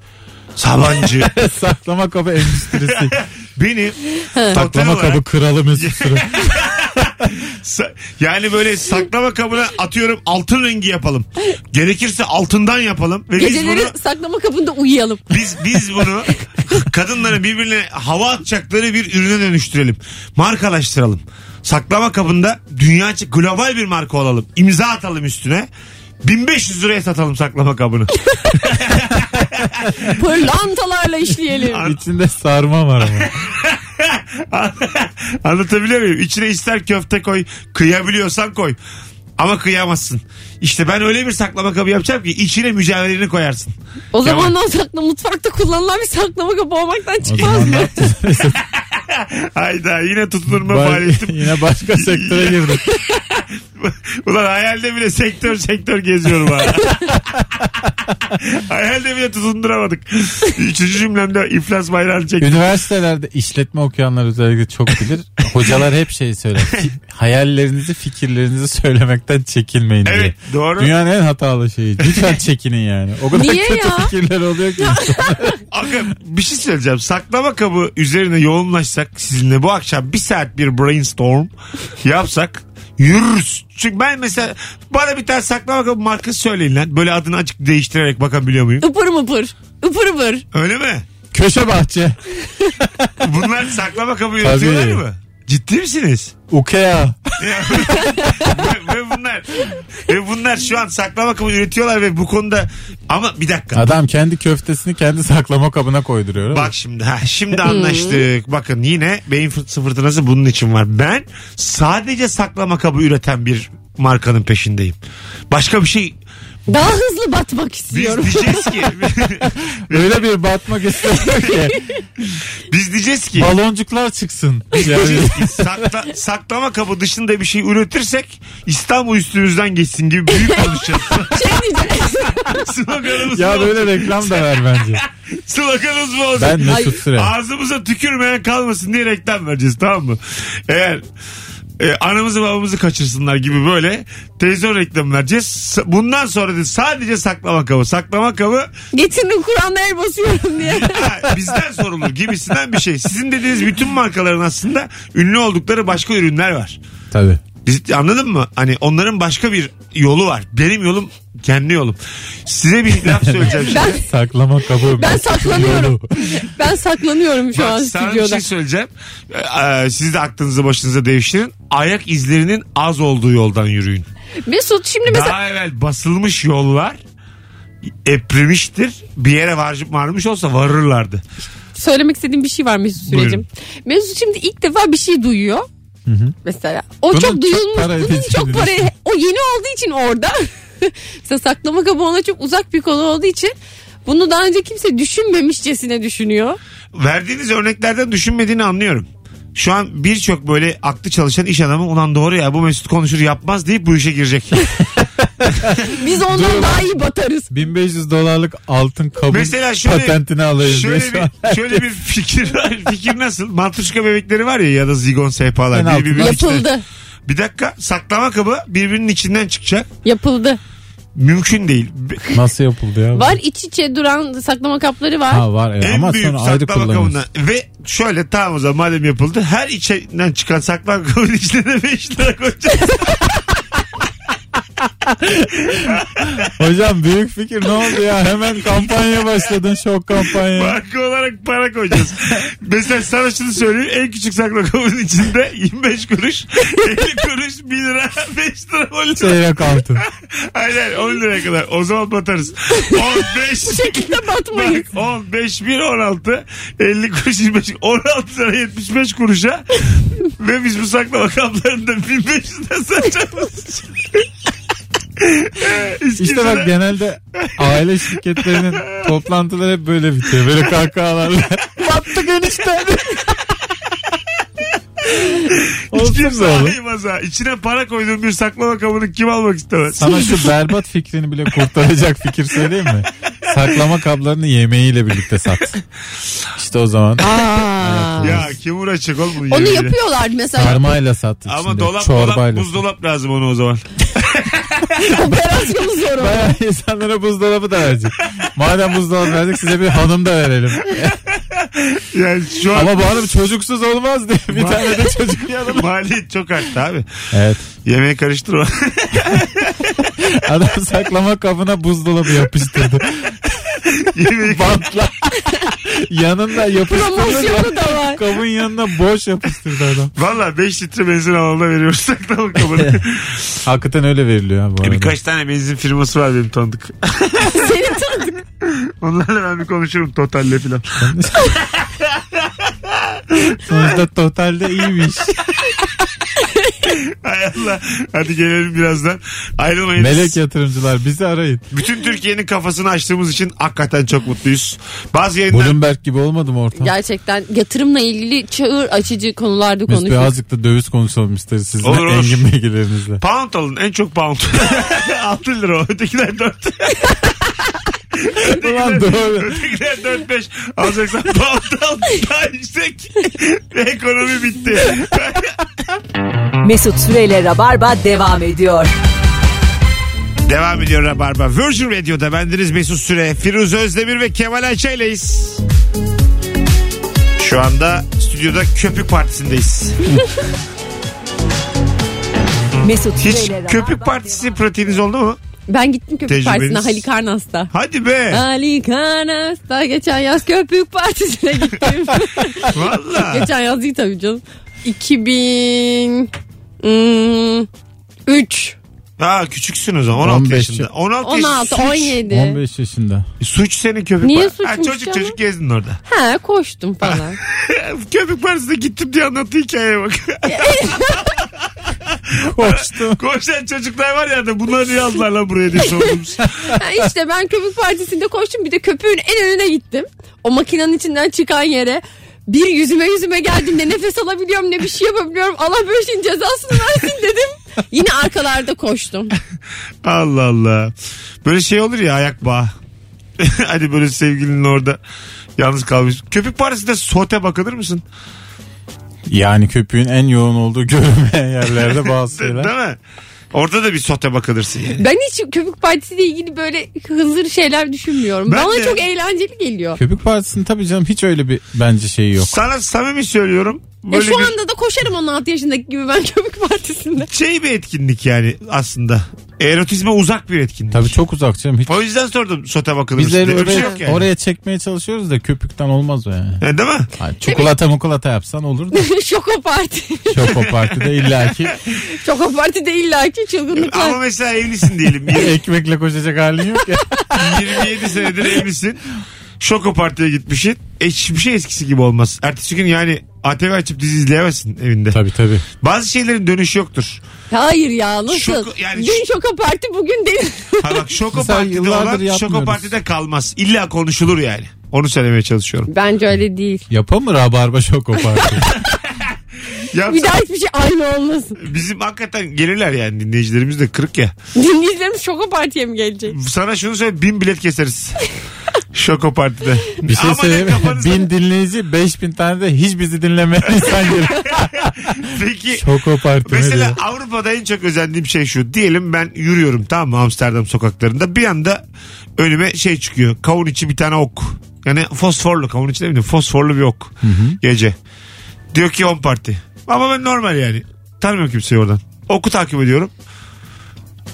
[SPEAKER 2] Sabancı.
[SPEAKER 3] [laughs] saklama kabı endüstrisi.
[SPEAKER 2] benim total
[SPEAKER 3] saklama
[SPEAKER 2] olarak
[SPEAKER 3] kabı kralı Mesut Süre.
[SPEAKER 2] [laughs] Sa- Yani böyle saklama kabına atıyorum altın rengi yapalım. Gerekirse altından yapalım. Ve biz
[SPEAKER 4] Geceleri
[SPEAKER 2] bunu,
[SPEAKER 4] saklama kabında uyuyalım.
[SPEAKER 2] biz, biz bunu kadınların birbirine hava atacakları bir ürüne dönüştürelim. Markalaştıralım. Saklama kabında dünya çı- global bir marka olalım. İmza atalım üstüne. 1500 liraya satalım saklama kabını. [laughs] [laughs]
[SPEAKER 4] Pırlantalarla işleyelim.
[SPEAKER 3] İçinde sarma var ama.
[SPEAKER 2] Anlatabiliyor muyum? İçine ister köfte koy, kıyabiliyorsan koy. Ama kıyamazsın. İşte ben öyle bir saklama kabı yapacağım ki içine mücevherini koyarsın.
[SPEAKER 4] O zaman o sakla mutfakta kullanılan bir saklama kabı olmaktan
[SPEAKER 3] O
[SPEAKER 4] çıkmaz
[SPEAKER 3] zaman ne
[SPEAKER 4] mı?
[SPEAKER 3] yapacağız?
[SPEAKER 2] Hayda yine tutunurma
[SPEAKER 3] Bari-
[SPEAKER 2] faaliyetim.
[SPEAKER 3] [laughs] Yine başka sektöre girdik.
[SPEAKER 2] [laughs] Ulan hayalde bile sektör sektör geziyorum ha. hayalde bile tutunduramadık. Üçüncü cümlemde iflas bayrağını çektim.
[SPEAKER 3] Üniversitelerde işletme okuyanlar özellikle çok
[SPEAKER 2] [laughs]
[SPEAKER 3] bilir. Hocalar hep şey söyler. Fi- Hayallerinizi, fikirlerinizi söylemekten çekinmeyin diye.
[SPEAKER 2] Evet doğru.
[SPEAKER 3] Dünyanın en hatalı
[SPEAKER 2] [laughs]
[SPEAKER 3] şeyi. Lütfen çekinin yani. O kadar
[SPEAKER 4] Niye
[SPEAKER 3] kötü
[SPEAKER 4] ya?
[SPEAKER 3] fikirler oluyor ki.
[SPEAKER 2] Aga, bir şey söyleyeceğim. Saklama kabı üzerine yoğunlaşsak sizinle bu akşam bir saat bir brainstorm yapsak yürürüz. Çünkü ben mesela bana bir tane saklama kabı markası söyleyin lan. Böyle adını açık değiştirerek bakabiliyor muyum?
[SPEAKER 4] Ipır mıpır. Ipır ıpır.
[SPEAKER 2] Öyle mi?
[SPEAKER 3] Köşe bahçe.
[SPEAKER 2] Bunlar saklama kabı
[SPEAKER 3] Tabii.
[SPEAKER 2] üretiyorlar mı? Ciddi misiniz?
[SPEAKER 3] Ukea.
[SPEAKER 2] ve, ve bunlar ve bunlar şu an saklama kabı üretiyorlar ve bu konuda ama bir dakika.
[SPEAKER 3] Adam kendi köftesini kendi saklama kabına koyduruyor. öyle mi?
[SPEAKER 2] Bak şimdi ha şimdi anlaştık. Bakın yine beyin fır- fırtınası bunun için var. Ben sadece saklama kabı üreten bir markanın peşindeyim. Başka bir şey
[SPEAKER 4] Daha hızlı batmak
[SPEAKER 2] biz
[SPEAKER 4] istiyorum.
[SPEAKER 2] diyeceğiz ki
[SPEAKER 3] Öyle bir batmak istiyor ki.
[SPEAKER 2] [laughs] biz diyeceğiz ki
[SPEAKER 3] Baloncuklar çıksın.
[SPEAKER 2] [laughs]
[SPEAKER 3] Yani
[SPEAKER 2] diyeceğiz ki sakla, saklama kabı dışında bir şey üretirsek İstanbul üstümüzden geçsin gibi büyük konuşacağız.
[SPEAKER 4] şey diyeceğim.
[SPEAKER 2] Sloganımız
[SPEAKER 3] ya
[SPEAKER 2] bu.
[SPEAKER 3] böyle reklam da ver bence.
[SPEAKER 2] Sloganımız bu olsun.
[SPEAKER 3] Ben
[SPEAKER 4] Ay.
[SPEAKER 3] Mesut Süre.
[SPEAKER 2] Ağzımıza tükürmeyen kalmasın diye reklam vereceğiz tamam mı? Eğer e, anamızı babamızı kaçırsınlar gibi böyle televizyon reklamı vereceğiz. S- Bundan sonra da sadece saklama kabı. Saklama kabı
[SPEAKER 4] Getirdim Kur'an'da el basıyorum diye.
[SPEAKER 2] ha, bizden sorulur gibisinden bir şey. Sizin dediğiniz bütün markaların aslında ünlü oldukları başka ürünler var.
[SPEAKER 3] Tabii.
[SPEAKER 2] Biz- Anladın mı? Hani onların başka bir yolu var. Benim yolum kendi yolum. Size bir laf söyleyeceğim şimdi.
[SPEAKER 4] Ben-
[SPEAKER 3] Saklama kabı.
[SPEAKER 4] Ben saklanıyorum. ben saklanıyorum şu
[SPEAKER 2] Bak,
[SPEAKER 4] an
[SPEAKER 2] sana bir
[SPEAKER 4] stüdyoda.
[SPEAKER 2] şey söyleyeceğim. Ee, e, siz de aklınızı başınıza devşirin. Ayak izlerinin az olduğu yoldan yürüyün.
[SPEAKER 4] Mesut şimdi E, mesela
[SPEAKER 2] Daha evvel basılmış yollar eprimiştir. Bir yere var, varmış olsa varırlardı.
[SPEAKER 4] söylemek istediğim bir şey var Mesut
[SPEAKER 2] Buyurun.
[SPEAKER 4] Sürecim. Mesut şimdi ilk defa bir şey duyuyor. Mesela o
[SPEAKER 3] Bunun
[SPEAKER 4] çok
[SPEAKER 3] çok
[SPEAKER 4] duyulmuş.
[SPEAKER 3] para
[SPEAKER 4] bunun
[SPEAKER 3] edeceğini
[SPEAKER 4] çok para
[SPEAKER 3] düşünüyorum.
[SPEAKER 4] o yeni olduğu için orada. [laughs] mesela saklama kabı ona çok uzak bir konu olduğu için bunu daha önce kimse düşünmemişçesine düşünüyor.
[SPEAKER 2] Verdiğiniz örneklerden düşünmediğini anlıyorum. Şu an birçok böyle aklı çalışan iş adamı ulan doğru ya bu Mesut konuşur yapmaz deyip bu işe
[SPEAKER 4] [laughs]
[SPEAKER 2] girecek.
[SPEAKER 4] Biz ondan daha iyi batarız.
[SPEAKER 3] 1500 dolarlık altın kabul
[SPEAKER 2] Mesela şöyle-
[SPEAKER 3] patentini alayım diye.
[SPEAKER 2] şöyle
[SPEAKER 3] şu an-
[SPEAKER 2] bir şöyle bir fikir [laughs] fikir nasıl? Matruşka bebekleri var ya ya da zigon
[SPEAKER 3] En
[SPEAKER 2] sehpalar.
[SPEAKER 3] altı.
[SPEAKER 2] birbirinin içine-
[SPEAKER 4] Yapıldı.
[SPEAKER 2] Bir dakika saklama kabı birbirinin içinden çıkacak.
[SPEAKER 4] Yapıldı.
[SPEAKER 2] Mümkün değil. Be-
[SPEAKER 3] Nasıl yapıldı ya? bu?
[SPEAKER 4] Var iç içe duran saklama kapları var.
[SPEAKER 3] Ha var evet.
[SPEAKER 2] en
[SPEAKER 3] E, ama
[SPEAKER 2] büyük
[SPEAKER 3] sonra ayrı
[SPEAKER 2] saklama kabından.
[SPEAKER 3] kullanıyorsun.
[SPEAKER 2] Ve şöyle tamam o zaman madem yapıldı her içinden çıkan saklama kabının içine de 5 lira koyacağız.
[SPEAKER 3] Hocam büyük fikir ne oldu ya? Hemen kampanya başladın şok kampanya.
[SPEAKER 2] Banka olarak para koyacağız. Mesela sana şunu söyleyeyim. En küçük saklama kabının içinde 25 kuruş, 50 kuruş, 1 lira, 5 lira, 10 lira. [laughs]
[SPEAKER 3] Çeyrek altın.
[SPEAKER 2] Aynen 10 liraya kadar. O zaman batarız. 15.
[SPEAKER 4] Bu şekilde batmayız.
[SPEAKER 2] Bak 15, 1, 16, 50 kuruş, 25, 16 lira 75
[SPEAKER 3] [laughs]
[SPEAKER 2] kuruşa ve biz bu saklama kaplarında 1500 lira satacağız.
[SPEAKER 3] İşte bak genelde aile şirketlerinin toplantıları hep böyle bitiyor. Böyle
[SPEAKER 2] [laughs]
[SPEAKER 3] kahkahalarla. [laughs] Battık enişte. Olsun
[SPEAKER 2] Kimse
[SPEAKER 3] be oğlum.
[SPEAKER 2] aymaz ha. İçine para koyduğun bir saklama kabını kim almak istemez? [laughs]
[SPEAKER 3] Sana şu berbat fikrini bile kurtaracak fikir söyleyeyim mi? Saklama kablarını yemeğiyle birlikte sat. İşte o zaman
[SPEAKER 4] Aa.
[SPEAKER 2] ya kim uğraşacak oğlum bunun
[SPEAKER 4] Onu
[SPEAKER 2] yemeğiyle?
[SPEAKER 4] yapıyorlar mesela.
[SPEAKER 3] sarmayla sat.
[SPEAKER 2] Ama dolap,
[SPEAKER 3] içinde,
[SPEAKER 2] dolap,
[SPEAKER 3] çorbayla.
[SPEAKER 2] buzdolap lazım ona o zaman.
[SPEAKER 4] Operasyonu zor olur.
[SPEAKER 3] [laughs] Bayağı insanlara buzdolabı da verecek. Madem buzdolabı verdik size bir hanım da verelim.
[SPEAKER 2] Yani şu an
[SPEAKER 3] Ama bu hanım çocuksuz olmaz diye bir tane de
[SPEAKER 2] [laughs]
[SPEAKER 3] çocuk.
[SPEAKER 2] maliyet çok arttı abi.
[SPEAKER 3] Evet.
[SPEAKER 2] Yemeği karıştırma. [laughs]
[SPEAKER 3] Adam saklama kabına
[SPEAKER 2] [laughs]
[SPEAKER 3] buzdolabı yapıştırdı.
[SPEAKER 2] Yemeği
[SPEAKER 3] Bantla. Yanında yapıştırdı.
[SPEAKER 4] Promosyonu da var.
[SPEAKER 3] Kabın yanına boş yapıştırdı adam.
[SPEAKER 2] Valla 5 litre benzin alanına veriyoruz saklama
[SPEAKER 3] [laughs]
[SPEAKER 2] kabını.
[SPEAKER 3] Hakikaten öyle veriliyor ha bu
[SPEAKER 2] E
[SPEAKER 3] arada.
[SPEAKER 2] birkaç tane benzin firması var benim tanıdık.
[SPEAKER 4] [laughs] Senin tanıdık.
[SPEAKER 2] Onlarla ben bir konuşurum totalle filan.
[SPEAKER 3] Sonuçta
[SPEAKER 2] [laughs]
[SPEAKER 3] totalde iyiymiş.
[SPEAKER 2] Hay Allah. Hadi gelelim birazdan. Ayrılmayın.
[SPEAKER 3] Melek yatırımcılar bizi arayın.
[SPEAKER 2] Bütün Türkiye'nin kafasını açtığımız için hakikaten çok mutluyuz. Bazı yayınlar...
[SPEAKER 3] Bloomberg gibi olmadım ortam.
[SPEAKER 4] Gerçekten yatırımla ilgili çığır açıcı konularda
[SPEAKER 3] Mesut Bey
[SPEAKER 4] konuşuyoruz.
[SPEAKER 3] azıcık da döviz konuşalım isteriz sizinle.
[SPEAKER 2] Olur, olur.
[SPEAKER 3] Engin bilgilerinizle.
[SPEAKER 2] Pound alın. En çok pound. [laughs] 6 lira o. Ötekiler 4.
[SPEAKER 3] Ulan doğru.
[SPEAKER 2] Ötekiler 4-5. Alacaksan pound al. Daha yüksek. Ekonomi bitti.
[SPEAKER 1] Mesut Süreyle Rabarba devam ediyor.
[SPEAKER 2] Devam ediyor Rabarba. Virgin Radio'da bendeniz Mesut Süre, Firuze Özdemir ve Kemal Ayça'yleyiz. Şu anda stüdyoda köpük partisindeyiz.
[SPEAKER 1] Mesut
[SPEAKER 2] Hiç
[SPEAKER 1] Süreyle
[SPEAKER 2] köpük
[SPEAKER 1] Rabarba
[SPEAKER 2] partisi pratiğiniz oldu mu?
[SPEAKER 4] Ben gittim köpük
[SPEAKER 2] Tecrübeniz-
[SPEAKER 4] partisine Halikarnas'ta.
[SPEAKER 2] Hadi
[SPEAKER 4] [laughs]
[SPEAKER 2] be.
[SPEAKER 4] Halikarnas'ta geçen yaz köpük partisine gittim.
[SPEAKER 2] Valla.
[SPEAKER 4] geçen yaz değil tabii canım. ıı, 2003
[SPEAKER 2] Ha küçüksünüz o zaman, 16
[SPEAKER 3] 15
[SPEAKER 2] yaşında. 16,
[SPEAKER 4] 16
[SPEAKER 2] yaş-
[SPEAKER 4] 17.
[SPEAKER 3] 15 yaşında.
[SPEAKER 2] Suç, suç senin köpük
[SPEAKER 4] Niye
[SPEAKER 2] par- Ha,
[SPEAKER 4] suçmuş
[SPEAKER 2] çocuk
[SPEAKER 4] canım?
[SPEAKER 2] çocuk gezdin orada. [laughs]
[SPEAKER 4] He koştum falan.
[SPEAKER 2] köpük partisine gittim diye anlattığı hikayeye bak. [laughs]
[SPEAKER 3] Koştum.
[SPEAKER 2] Koşan çocuklar var ya da bunlar niye aldılar lan buraya diye sorduğumuz.
[SPEAKER 4] işte ben köpük partisinde koştum bir de köpüğün en önüne gittim. O makinenin içinden çıkan yere bir yüzüme yüzüme geldim ne nefes alabiliyorum ne bir şey yapabiliyorum. Allah böyle şeyin cezasını versin dedim. Yine arkalarda koştum.
[SPEAKER 2] Allah Allah. Böyle şey olur ya ayak bağı. [laughs] hani böyle sevgilinin orada yalnız kalmış. Köpük Paris'te sote bakılır mısın?
[SPEAKER 3] [laughs] Yani köpüğün en yoğun olduğu görünmeyen yerlerde
[SPEAKER 2] [laughs]
[SPEAKER 3] bazı
[SPEAKER 2] De-
[SPEAKER 3] şeyler.
[SPEAKER 2] Değil mi? Orada da bir sote bakılırsın yani.
[SPEAKER 4] Ben hiç köpük partisiyle ilgili böyle hızır şeyler düşünmüyorum.
[SPEAKER 2] Ben
[SPEAKER 4] Bana
[SPEAKER 2] de.
[SPEAKER 4] çok eğlenceli geliyor.
[SPEAKER 3] Köpük partisinin tabii canım hiç öyle bir bence şeyi yok.
[SPEAKER 2] Sana samimi söylüyorum.
[SPEAKER 4] E
[SPEAKER 2] Böyle
[SPEAKER 4] şu
[SPEAKER 2] bir
[SPEAKER 4] anda da koşarım 16 yaşındaki gibi ben köpük partisinde. [laughs]
[SPEAKER 2] şey bir etkinlik yani aslında. Erotizme uzak bir etkinlik.
[SPEAKER 3] Tabii çok uzak canım. Hiç
[SPEAKER 2] O yüzden sordum sote bakılır mısın?
[SPEAKER 3] Bizleri
[SPEAKER 2] diye. Öyle bir
[SPEAKER 3] oraya,
[SPEAKER 2] şey yok yani.
[SPEAKER 3] oraya çekmeye çalışıyoruz da köpükten olmaz o yani.
[SPEAKER 2] E, Değil mi?
[SPEAKER 3] Ay, çikolata mukolata yapsan olur da
[SPEAKER 4] Şoko parti.
[SPEAKER 3] şoko partide illaki
[SPEAKER 4] Şoko partide illaki çılgınlıklar.
[SPEAKER 2] Ama mesela evlisin diyelim.
[SPEAKER 3] ekmekle koşacak halin
[SPEAKER 2] [laughs]
[SPEAKER 3] yok ya.
[SPEAKER 2] 27 senedir evlisin. Şoko partiye gitmişsin. E hiçbir şey eskisi gibi olmaz. Ertesi gün yani ATV açıp dizi izleyemezsin evinde.
[SPEAKER 3] tabii tabii.
[SPEAKER 2] Bazı şeylerin dönüşü yoktur.
[SPEAKER 4] Hayır ya nasıl?
[SPEAKER 2] Şoko- yani
[SPEAKER 4] Dün şoka parti bugün değil.
[SPEAKER 2] Ha
[SPEAKER 3] [laughs]
[SPEAKER 2] bak şoko
[SPEAKER 3] Mesela
[SPEAKER 2] partide
[SPEAKER 3] yıllardır
[SPEAKER 2] olan şoko
[SPEAKER 3] yapmıyoruz.
[SPEAKER 2] partide kalmaz. İlla konuşulur yani. Onu söylemeye çalışıyorum.
[SPEAKER 4] Bence öyle değil.
[SPEAKER 3] Yapa mı rabarba şoko parti?
[SPEAKER 2] Ya
[SPEAKER 4] Bir daha hiçbir şey aynı olmasın.
[SPEAKER 2] bizim hakikaten gelirler yani dinleyicilerimiz de kırık ya.
[SPEAKER 4] Dinleyicilerimiz şoka partiye mi gelecek?
[SPEAKER 2] Sana şunu söyle bin bilet
[SPEAKER 4] [laughs]
[SPEAKER 2] keseriz. Şoko partide.
[SPEAKER 3] Bir şey
[SPEAKER 2] Ama
[SPEAKER 3] söyleyeyim. mi?
[SPEAKER 2] ne kafanızda-
[SPEAKER 3] Bin dinleyici 5000 tane de hiç bizi dinlemeyen insan
[SPEAKER 2] [laughs]
[SPEAKER 3] gelir.
[SPEAKER 2] Peki
[SPEAKER 3] Şoko partimi
[SPEAKER 2] Mesela
[SPEAKER 3] diyor.
[SPEAKER 2] Avrupa'da en çok özendiğim şey şu. Diyelim ben yürüyorum tamam mı Amsterdam sokaklarında. Bir anda önüme şey çıkıyor. Kavun içi bir tane ok. Yani fosforlu kavun içi ne bileyim fosforlu bir ok. Gece. Diyor ki 10 parti. Ama ben normal yani. Tanımıyorum kimseyi oradan. Oku takip ediyorum.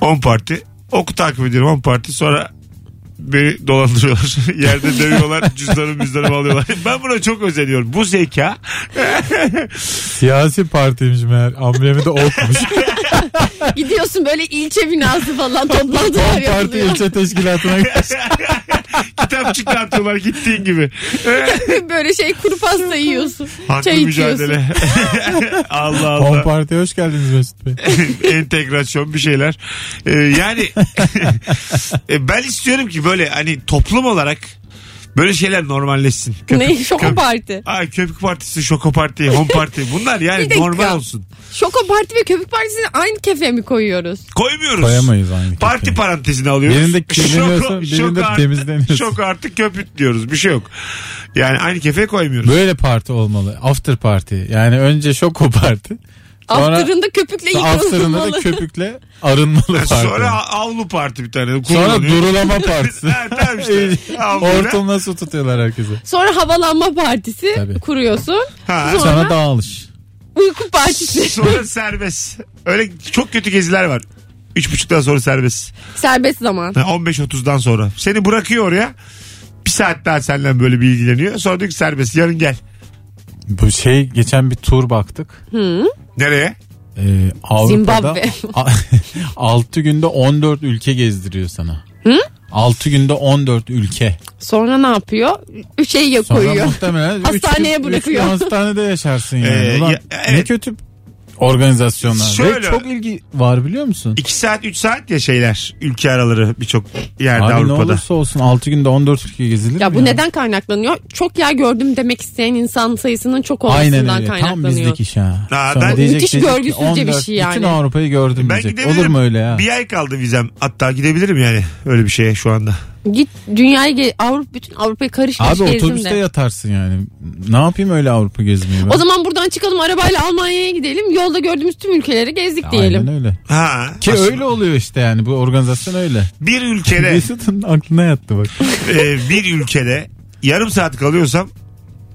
[SPEAKER 2] 10 parti. Oku takip ediyorum 10 parti. Sonra beni dolandırıyorlar. [laughs] Yerde dövüyorlar. Cüzdanımı cüzdanımı alıyorlar. Ben buna çok özeniyorum. Bu zeka
[SPEAKER 3] Siyasi partiymiş meğer. Amblemi de okmuş.
[SPEAKER 4] Gidiyorsun böyle ilçe
[SPEAKER 3] [laughs]
[SPEAKER 4] binası falan toplantılar
[SPEAKER 3] Son Hmm. parti
[SPEAKER 4] yapılıyor.
[SPEAKER 3] ilçe
[SPEAKER 2] [laughs]
[SPEAKER 3] teşkilatına gitmiş.
[SPEAKER 2] kitapçıkla atıyorlar gittiğin gibi.
[SPEAKER 4] [laughs] böyle şey kuru pasta yiyorsun.
[SPEAKER 2] Haklı
[SPEAKER 4] çay içiyorsun.
[SPEAKER 2] mücadele. [laughs] Allah
[SPEAKER 3] Son
[SPEAKER 2] Allah.
[SPEAKER 3] partiye hoş geldiniz Mesut Bey.
[SPEAKER 2] [laughs] Entegrasyon bir şeyler. Ee, yani [laughs] e, ben istiyorum ki böyle hani toplum olarak böyle şeyler normalleşsin.
[SPEAKER 4] Ne? Şoka
[SPEAKER 2] köpük.
[SPEAKER 4] parti.
[SPEAKER 2] Ay köpük partisi, şoko parti, home parti. Bunlar
[SPEAKER 4] [laughs] Bir
[SPEAKER 2] yani
[SPEAKER 4] dakika.
[SPEAKER 2] normal olsun.
[SPEAKER 4] Şoka parti ve köpük partisini aynı kefeye mi koyuyoruz?
[SPEAKER 2] Koymuyoruz.
[SPEAKER 3] Koyamayız aynı
[SPEAKER 2] Parti
[SPEAKER 3] kefeye.
[SPEAKER 2] parantezini alıyoruz.
[SPEAKER 3] Birinde kirleniyorsa, birinde temizleniyorsa.
[SPEAKER 2] Şok artık köpük diyoruz. Bir şey yok. Yani aynı kefeye koymuyoruz.
[SPEAKER 3] Böyle parti olmalı. After parti. Yani önce şoko parti. Sonra
[SPEAKER 4] After'ında köpükle
[SPEAKER 3] after'ında
[SPEAKER 4] yıkanılmalı.
[SPEAKER 3] da köpükle arınmalı parti.
[SPEAKER 2] Sonra
[SPEAKER 3] Sonra,
[SPEAKER 2] avlu parti bir tane. Kullanıyor. [laughs]
[SPEAKER 3] durulama partisi.
[SPEAKER 2] Ha, tamam işte. Avluyla.
[SPEAKER 3] Hortumla su tutuyorlar herkese.
[SPEAKER 4] [laughs] Sonra havalanma partisi
[SPEAKER 3] Tabii.
[SPEAKER 4] kuruyorsun.
[SPEAKER 2] Ha.
[SPEAKER 4] Sonra,
[SPEAKER 3] Sonra dağılış.
[SPEAKER 4] uyku partisi.
[SPEAKER 2] Sonra serbest. Öyle çok kötü geziler var. Üç buçuktan sonra serbest.
[SPEAKER 4] Serbest zaman.
[SPEAKER 2] Ha, 15.30'dan sonra. Seni bırakıyor oraya. Bir saat daha senden böyle bilgileniyor. Sonra diyor ki serbest yarın gel.
[SPEAKER 3] Bu şey geçen bir tur baktık.
[SPEAKER 2] Nereye?
[SPEAKER 3] Ee, Avrupa'da [laughs]
[SPEAKER 4] Zimbabwe.
[SPEAKER 3] 6 günde 14 ülke gezdiriyor sana. Hı? 6 günde 14 ülke.
[SPEAKER 4] Sonra ne yapıyor? Şey ya
[SPEAKER 3] Sonra
[SPEAKER 4] koyuyor.
[SPEAKER 3] muhtemelen üç
[SPEAKER 4] Hastaneye
[SPEAKER 3] gün- üç
[SPEAKER 4] bırakıyor.
[SPEAKER 3] gün hastanede yaşarsın yani.
[SPEAKER 2] Ee,
[SPEAKER 3] Ulan
[SPEAKER 2] ya- evet.
[SPEAKER 3] Ne kötü organizasyonlar.
[SPEAKER 2] Şöyle-
[SPEAKER 3] Ve çok ilgi var biliyor musun?
[SPEAKER 2] İki saat üç saat ya şeyler. Ülke araları birçok yerde
[SPEAKER 3] Abi ne
[SPEAKER 2] Avrupa'da.
[SPEAKER 3] olursa olsun 6 günde 14 ülke gezilir
[SPEAKER 4] Ya
[SPEAKER 3] mi
[SPEAKER 4] bu neden kaynaklanıyor? Çok yer gördüm demek isteyen insan sayısının çok olmasından
[SPEAKER 3] Aynen öyle. Tam
[SPEAKER 4] kaynaklanıyor.
[SPEAKER 3] bizlik iş ha.
[SPEAKER 2] Aa,
[SPEAKER 3] Sonra
[SPEAKER 2] ben-
[SPEAKER 3] diyecek,
[SPEAKER 4] Müthiş
[SPEAKER 3] diyecek ki
[SPEAKER 4] görgüsüzce bir şey yani.
[SPEAKER 3] Bütün Avrupa'yı
[SPEAKER 2] Ben
[SPEAKER 3] gördüm diyecek.
[SPEAKER 2] gidebilirim.
[SPEAKER 3] Olur mu öyle ya?
[SPEAKER 2] Bir ay kaldı vizem. Hatta gidebilirim yani öyle bir şeye şu anda.
[SPEAKER 4] Git dünyayı ge- Avrupa bütün Avrupa'yı karış karış
[SPEAKER 3] Abi
[SPEAKER 4] gezdim
[SPEAKER 3] otobüste
[SPEAKER 4] de.
[SPEAKER 3] yatarsın yani. Ne yapayım öyle Avrupa gezmeyi ben?
[SPEAKER 4] O zaman buradan çıkalım arabayla Almanya'ya gidelim. Yolda gördüğümüz tüm ülkeleri gezdik diyelim.
[SPEAKER 3] Aynen öyle.
[SPEAKER 2] Ha.
[SPEAKER 3] Ki
[SPEAKER 2] aslında
[SPEAKER 3] öyle oluyor işte yani bu organizasyon öyle.
[SPEAKER 2] Bir
[SPEAKER 3] [laughs]
[SPEAKER 2] ülkede
[SPEAKER 3] Mesut'un aklına yattı bak.
[SPEAKER 2] e, bir ülkede yarım saat kalıyorsam